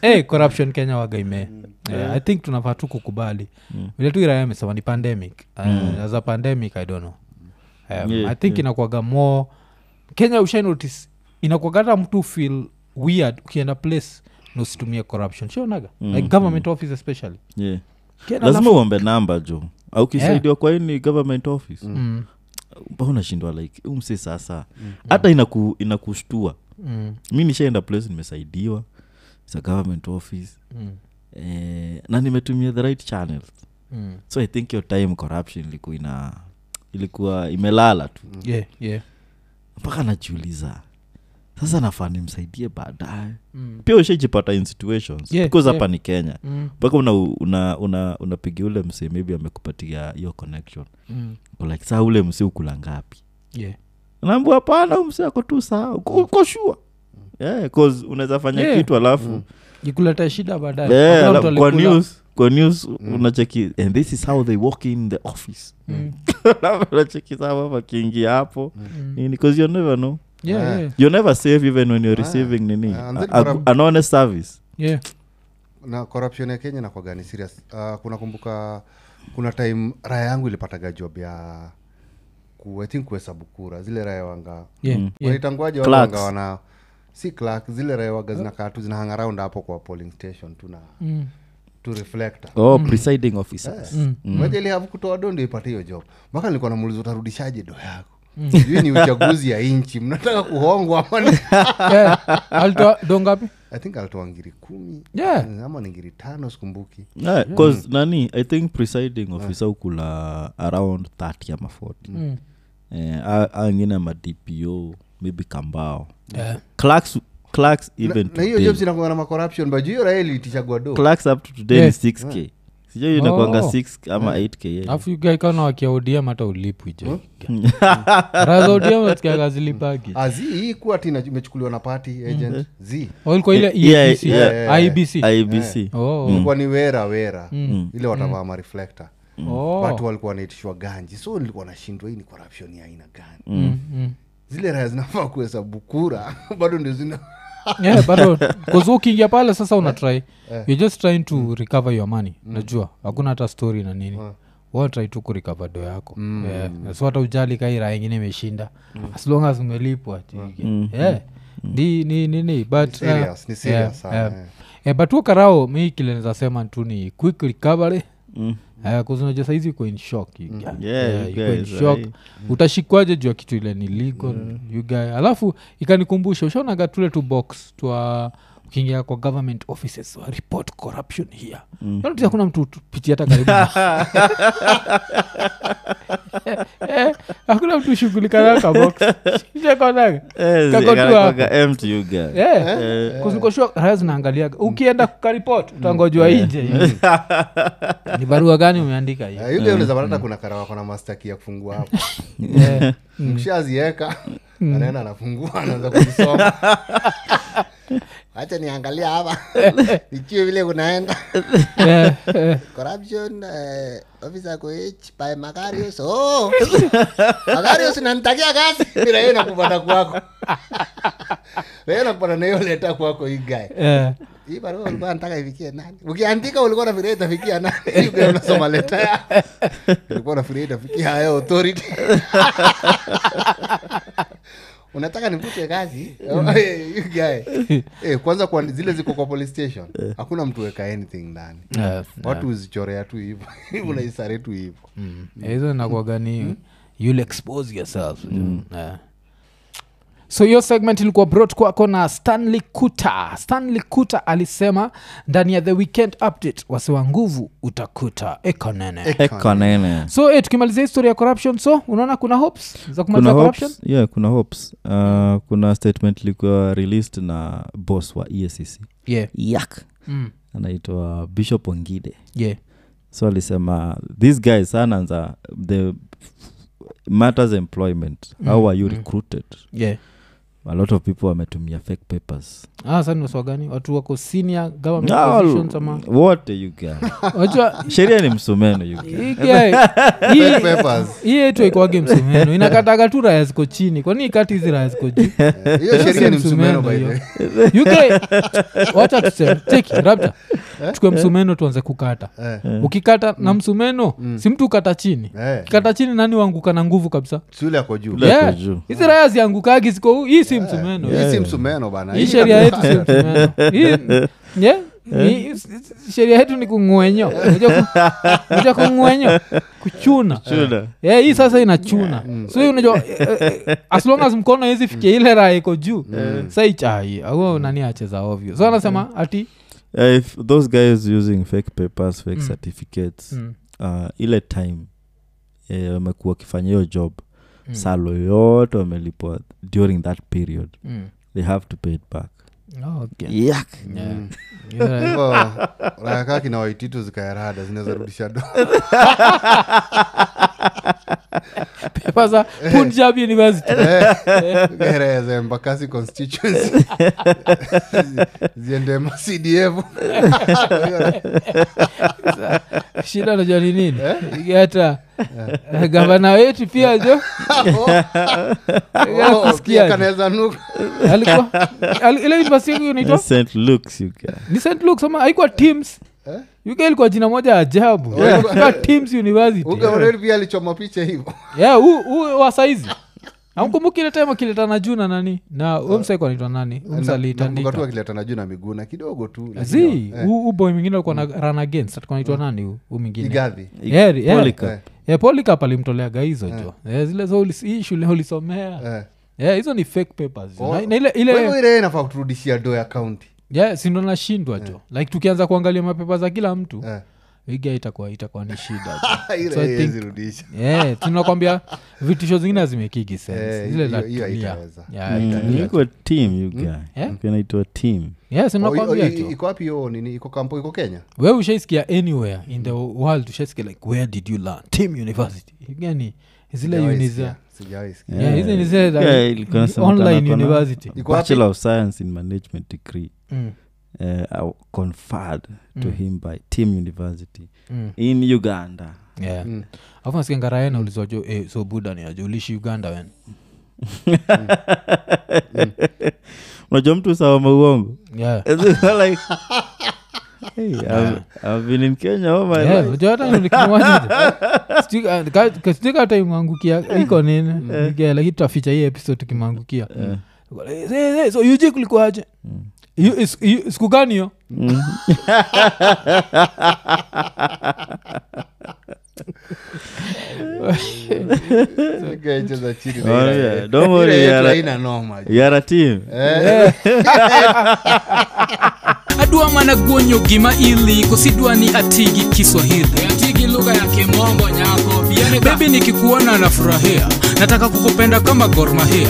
Speaker 3: hey, corruption kenya wagaime yeah, i think tunafaa tu kukubali
Speaker 2: Hmm.
Speaker 3: vile tu iraya amesema ni pandemic uh, as a pandemic i don't know um,
Speaker 2: Yeah,
Speaker 3: i think inakuaga more kenya ushainotis inakuaga hata mtu feel weird ukienda place na usitumie corruption sionaga like government office especially
Speaker 2: yeah.
Speaker 3: Kenya
Speaker 2: lazima
Speaker 3: alafu-
Speaker 2: uombe namba jo au kisaidiwa kwa ini government office
Speaker 3: Mm,
Speaker 2: mbao unashindwa like umse sasa hata inaku, inakushtua
Speaker 3: mm,
Speaker 2: mi nishaenda place nimesaidiwa sa government office
Speaker 3: mm,
Speaker 2: eh, na nimetumia the right channels
Speaker 3: mm.
Speaker 2: so i think your time corruption ilikuwa ina ilikuwa imelala tu
Speaker 3: yeah, yeah.
Speaker 2: mpaka najiuliza sasa nafaa nimsaidie baadaye
Speaker 3: Mm,
Speaker 2: pia ushajipata in situations
Speaker 3: Yeah,
Speaker 2: because
Speaker 3: yeah.
Speaker 2: hapa ni kenya
Speaker 3: mm,
Speaker 2: mpaka una una una unapigia ule msee maybe amekupatia hiyo connection
Speaker 3: mm,
Speaker 2: Uko like saa ule msee ukula ngapi
Speaker 3: yeah.
Speaker 2: naambua hapana huyu msee ako tu saa uko uko sure yeah, 'cause unaweza fanya
Speaker 3: Yeah.
Speaker 2: kitu alafu
Speaker 3: ikuleta shida baadaye
Speaker 2: yeah,
Speaker 3: Hakuna
Speaker 2: ala-
Speaker 3: mtu
Speaker 2: kwa
Speaker 3: alikula.
Speaker 2: news kwa news unacheki and this is how they walk in the office
Speaker 3: Mm,
Speaker 2: Alafu unacheki sawa wakiingia hapo
Speaker 3: mm.
Speaker 2: nini because you never know
Speaker 3: Yeah,
Speaker 1: Ah.
Speaker 3: yeah,
Speaker 2: you never save even when you're
Speaker 1: Ah,
Speaker 2: receiving nini
Speaker 1: ah,
Speaker 2: a,
Speaker 1: and then
Speaker 2: a,
Speaker 1: corrupt-
Speaker 2: an honest service
Speaker 3: yeah.
Speaker 1: na corruption ya kenya nakwaga ni serious uh, kuna kumbuka kuna time raya yangu ilipataga job ya ku, I think kuhesabu kura zile raya wanga
Speaker 3: Yeah, yeah.
Speaker 1: wanaitangwaje wale
Speaker 2: Clerks.
Speaker 1: wanga wana si clark zile raya waga zinakaa tu zinahang around hapo kwa polling station tu na
Speaker 3: Mm,
Speaker 1: tu reflector
Speaker 2: oh presiding officers
Speaker 3: Mm.
Speaker 1: majali hakutoa do ndio ipate hiyo job mpaka nilikuwa namuuliza utarudishaje do yako
Speaker 3: Mm.
Speaker 1: sijui ni uchaguzi ya nchi mnataka kuhongwa ama ni-
Speaker 3: Eh, alitoa dongapi
Speaker 1: i think alitoa ngiri kumi
Speaker 3: Yeah.
Speaker 1: ama ni ngiri tano sikumbuki
Speaker 2: Yeah, 'cause nani i think presiding officer ukula around 30 ama 40
Speaker 3: Mm.
Speaker 2: eh, a- a wengine ma dpo maybe kambao clerks clerks even
Speaker 1: na na hiyo job
Speaker 2: today
Speaker 1: zinakuwa na macorruption bajuu hiyo raeli itichagua do
Speaker 2: clerks up to today
Speaker 3: Yeah.
Speaker 2: ni 6k sijui inakuanga
Speaker 3: Oh.
Speaker 2: 6 ama 8k yeah.
Speaker 3: alafu gaikana wakia odm hata ulipwi jo raza odm nasikiaga zilipagi
Speaker 1: Ah, zi hii kuwa ti ina- imechukuliwa na
Speaker 3: Mm-hmm.
Speaker 1: party agent zi
Speaker 3: Oh, ilikuwa ile E
Speaker 2: Yeah,
Speaker 3: EABC,
Speaker 2: yeah,
Speaker 1: yeah,
Speaker 3: IEBC.
Speaker 2: ibc
Speaker 3: Oh,
Speaker 1: ilikuwa ni wera wera ile watavaa mareflector
Speaker 3: Mm. oh.
Speaker 1: watu walikuwa wanaitishwa ganji so nilikuwa nashindwa hii ni corruption ya aina gani
Speaker 3: Mm, mm.
Speaker 1: zile raya zinafaa kuhesabu kura bado ndio zina
Speaker 3: Yeah, bado bcause ukiingia pale sasa una try you're just trying to recover your money najua hakuna hata story na nini watrai tu kurecover do yako Eh, yeah. so hata ujali kaira ingine imeshinda as long as umelipwa chiki. yeah. Ndi- Eh, ni nini but uh,
Speaker 1: serious, ni serious sana,
Speaker 3: yeah. Eh, but huo karao mi kilenezasema tu ni quick recovery
Speaker 2: Mm.
Speaker 3: Eh, 'cause unajua saizi uko in shock you guy.
Speaker 2: Yeah,
Speaker 3: Yeah,
Speaker 2: you
Speaker 3: uko in
Speaker 2: guys, Mm.
Speaker 3: shock
Speaker 2: aye.
Speaker 3: utashikwaje juu ya kitu ile ni legal you guy alafu ikanikumbusha ushaonaga tule tu box twa ukiingia kwa government offices wa report corruption here mm. hakuna mtu utupitia hata karibu Eh, hakuna mtu shughulikana ka box Ushakonaga?
Speaker 2: Eh,
Speaker 3: Kako tu
Speaker 2: inakuwaga empty, you guy.
Speaker 3: Eh, 'cause niko sure raia zinaangaliaga ukienda kukaripot utangojwa
Speaker 2: Mm.
Speaker 3: nje ni barua gani umeandika hiyo
Speaker 1: Eh, yule unaweza pata hata kuna karawa kona mastaki ya kufungua hapo
Speaker 3: Eh,
Speaker 1: ukishazieka anaenda anafungua anaanza kuzisoma hacha niangalia hapa nichue vile kunaenda
Speaker 3: eh, eh.
Speaker 1: corruption eh, officer kuich by Macarius. oh Macarius nanitakia kazi mira hiyo nakupata kwako leo nakupata na hiyo leta kwako hii guy
Speaker 3: Eh,
Speaker 1: hii barua ulikuwa nataka ifikie nani ukiandika ulikuwa nafikiria itafikia nani Hii pia unasoma leta ya ulikuwa nafikiria itafikia haya authority unataka nivute kazi You guy. Eh, kwanza kwa zile ziko kwa police station hakuna mtu weka anything ndani
Speaker 3: eh,
Speaker 1: watu huzichorea tu hivo
Speaker 3: Mm.
Speaker 1: unaisare tu hivo
Speaker 2: Hmm?
Speaker 3: eh, hizo inakuwaga ni you'll expose yourself
Speaker 2: Hmm.
Speaker 3: Eh. so hiyo segment ilikuwa brought kwako na stanley kuta stanley kuta alisema ndani ya the weekend update wasewa nguvu utakuta ekonene
Speaker 2: Eka nene.
Speaker 3: so eh, tukimalizia historia ya corruption so unaona kuna hopes za
Speaker 2: kuna
Speaker 3: kumaliza corruption
Speaker 2: hopes, yeah, kuna hopes uh, kuna statement ilikuwa released na boss wa E EACC
Speaker 3: yeah.
Speaker 2: yak
Speaker 3: Mm.
Speaker 2: anaitwa bishop ongide
Speaker 3: yeah.
Speaker 2: so alisema these guys sananza the matters employment
Speaker 3: Mm,
Speaker 2: how are you recruited
Speaker 3: yeah.
Speaker 2: a lot of people wametumia fake papers
Speaker 3: Ah, sasa ni waswa gani watu wako senior government
Speaker 2: No,
Speaker 3: positions ama
Speaker 2: wote you guy
Speaker 3: wajua
Speaker 2: sheria ni msumeno you guy
Speaker 3: hii guy, hii-
Speaker 1: Papers.
Speaker 3: hii yetu aikwage msumeno inakataga tu raya ziko chini kwani kati hizi raya ziko juu
Speaker 1: hiyo sheria ni msumeno by the
Speaker 3: hiyo.
Speaker 1: way.
Speaker 3: UK, wacha tuseme take it, Raptor. chukue msumeno tuanze kukata
Speaker 1: Eh.
Speaker 3: ukikata na msumeno
Speaker 1: Mm.
Speaker 3: si mtu ukata chini
Speaker 1: Eh,
Speaker 3: kata chini nani wanguka na nguvu kabisa
Speaker 1: shule yako juu
Speaker 2: Yule ako
Speaker 3: Yeah.
Speaker 2: juu.
Speaker 3: hizi raya ziangukagi ziko hii si msumeno
Speaker 1: hii si msumeno bana
Speaker 3: hii
Speaker 1: Hii
Speaker 3: sheria yetu
Speaker 1: kabisa. Eh?
Speaker 3: sio msumeno. Hii- yeah, ni- s- s- sheria yetu ni kung'wenyo ja kung'wenyo kuchuna
Speaker 2: Chuna.
Speaker 3: yeah, Eh, hii sasa inachuna
Speaker 1: Mm.
Speaker 3: so unajua eh, eh, as long as mkono hizi fikia ile raha iko juu
Speaker 1: Mm.
Speaker 3: sa ichai au nani acheza ovyo so anasema ati
Speaker 2: Eh, if those guys using fake papers fake
Speaker 3: Mm.
Speaker 2: certificates
Speaker 3: mm,
Speaker 2: uh, ile time eh, wamekuwa wakifanya hiyo job
Speaker 3: Mm.
Speaker 2: salo yote wamelipwa during that period
Speaker 3: mm.
Speaker 2: they have to pay it back
Speaker 3: Oh, okay.
Speaker 2: Yuck.
Speaker 1: Mm.
Speaker 3: Yeah. Yeah.
Speaker 1: Hivyo, raha kaa kina waititu zikaerada zinaweza rudisha do
Speaker 3: Pepa za Punjab University.
Speaker 1: gereza embakasi constituency ziende macdf Eh.
Speaker 3: shida najua ni nini hata gavana wetu pia jo kusikia
Speaker 1: kanaweza nuka
Speaker 3: alikuwa al- ile university yangu inaitwa
Speaker 2: St. Luke's, you guy.
Speaker 3: ni st luke ama haikuwa teams
Speaker 1: Eh?
Speaker 3: uk ilikuwa jina moja ya ajabu
Speaker 1: Yeah.
Speaker 3: Ilikuwa teams university
Speaker 1: ugaoneli pia alichoma picha hivo
Speaker 3: yeah huu- huu wa saizi amkumbuki ile time akiletana juu na nani na umsaiko anaitwa nani
Speaker 1: nakumbuka tu
Speaker 3: umsalitandika
Speaker 1: akiletana juu na miguu na kidogo tu lakini-
Speaker 3: zi
Speaker 1: Eh,
Speaker 3: huu boy mwingine alikuwa na run against alikuwa anaitwa nani huu- huu mwingine
Speaker 1: igadhi
Speaker 3: Yeah, yeah.
Speaker 2: Polycarp.
Speaker 1: Eh,
Speaker 3: Yeah, polycarp alimtoleaga hizo jo Eh, zile zo ulis- hii shule ulisomea
Speaker 1: eh.
Speaker 3: Yeah, hizo ni fake papers jo.
Speaker 1: Oh.
Speaker 3: Na- na ile
Speaker 1: Kwa hivyo
Speaker 3: ile
Speaker 1: ile inafaa kuturudishia do ya kaunti
Speaker 3: yeah, sindo nashindwa jo like tukianza kuangalia mapepa za kila mtu
Speaker 1: Eh.
Speaker 3: iga itakuwa itakuwa ni shida jo.
Speaker 1: Ile
Speaker 3: So I think-
Speaker 1: haiwezi rudisha.
Speaker 3: yeah, tunakwambia vitisho zingine hazimekigi
Speaker 1: Eh,
Speaker 3: sense zile
Speaker 1: hiyo-
Speaker 3: za
Speaker 1: hiyo
Speaker 3: kutumia.
Speaker 1: haitaweza.
Speaker 3: Yeah,
Speaker 2: Mm,
Speaker 3: haitaweza.
Speaker 2: ilikuwa team you
Speaker 3: Hmm?
Speaker 2: guy.
Speaker 3: Yeah.
Speaker 2: Ilikuwa inaitwa team
Speaker 3: Yeah, si
Speaker 1: Oh, i-
Speaker 3: nakwambia
Speaker 1: i-
Speaker 3: tu.
Speaker 1: iko wapi hiyo nini iko kampo iko kenya
Speaker 3: we ushaisikia anywhere in the world ushaisikia like where did you learn team university gani zile
Speaker 1: Sijawahi
Speaker 3: uni
Speaker 1: sikia,
Speaker 3: za
Speaker 1: sijawahi sikia.
Speaker 3: Yeah, hizi ni zile za
Speaker 2: Eh. Yeah, ilikuwa inasemekana
Speaker 3: online
Speaker 2: kuna
Speaker 3: university.
Speaker 1: Iko wapi?
Speaker 2: bachelor of science in management degree
Speaker 3: Mm,
Speaker 2: eh, au- conferred to
Speaker 3: Mm.
Speaker 2: him by team university
Speaker 3: mm,
Speaker 2: in uganda
Speaker 3: yeah.
Speaker 1: Mm.
Speaker 3: afu nasikia ngaraena ulizojo eh, so buda ni aje ulishi uganda wen
Speaker 2: unajua mtu sawama uongo
Speaker 3: yeah.
Speaker 2: like, hey, I've, I've been in kenya all oh my
Speaker 3: Yeah,
Speaker 2: life.
Speaker 3: unajua hata nikimuwaje. Sijui, ah, ka- ka- sijui kama tutamwangukia iko nini Nige, lakini tutaficha hii episode tukimwangukia Eh, eh, so UG kulikuwaje
Speaker 4: Hiyo- is- hiyo- siku gani hiyo
Speaker 1: Nikaicheza chini na
Speaker 2: Oh,
Speaker 1: ile-
Speaker 2: yeah. Don't worry,
Speaker 1: ile yetu
Speaker 2: yeah.
Speaker 1: haina noma jo.
Speaker 2: yara tim
Speaker 3: adwa mana guonyo gima ili kosidwa ni atigi kiswahili atigi lugha ya kimombo nyako bebi nikikuona nafurahia nataka kukupenda kama gormahia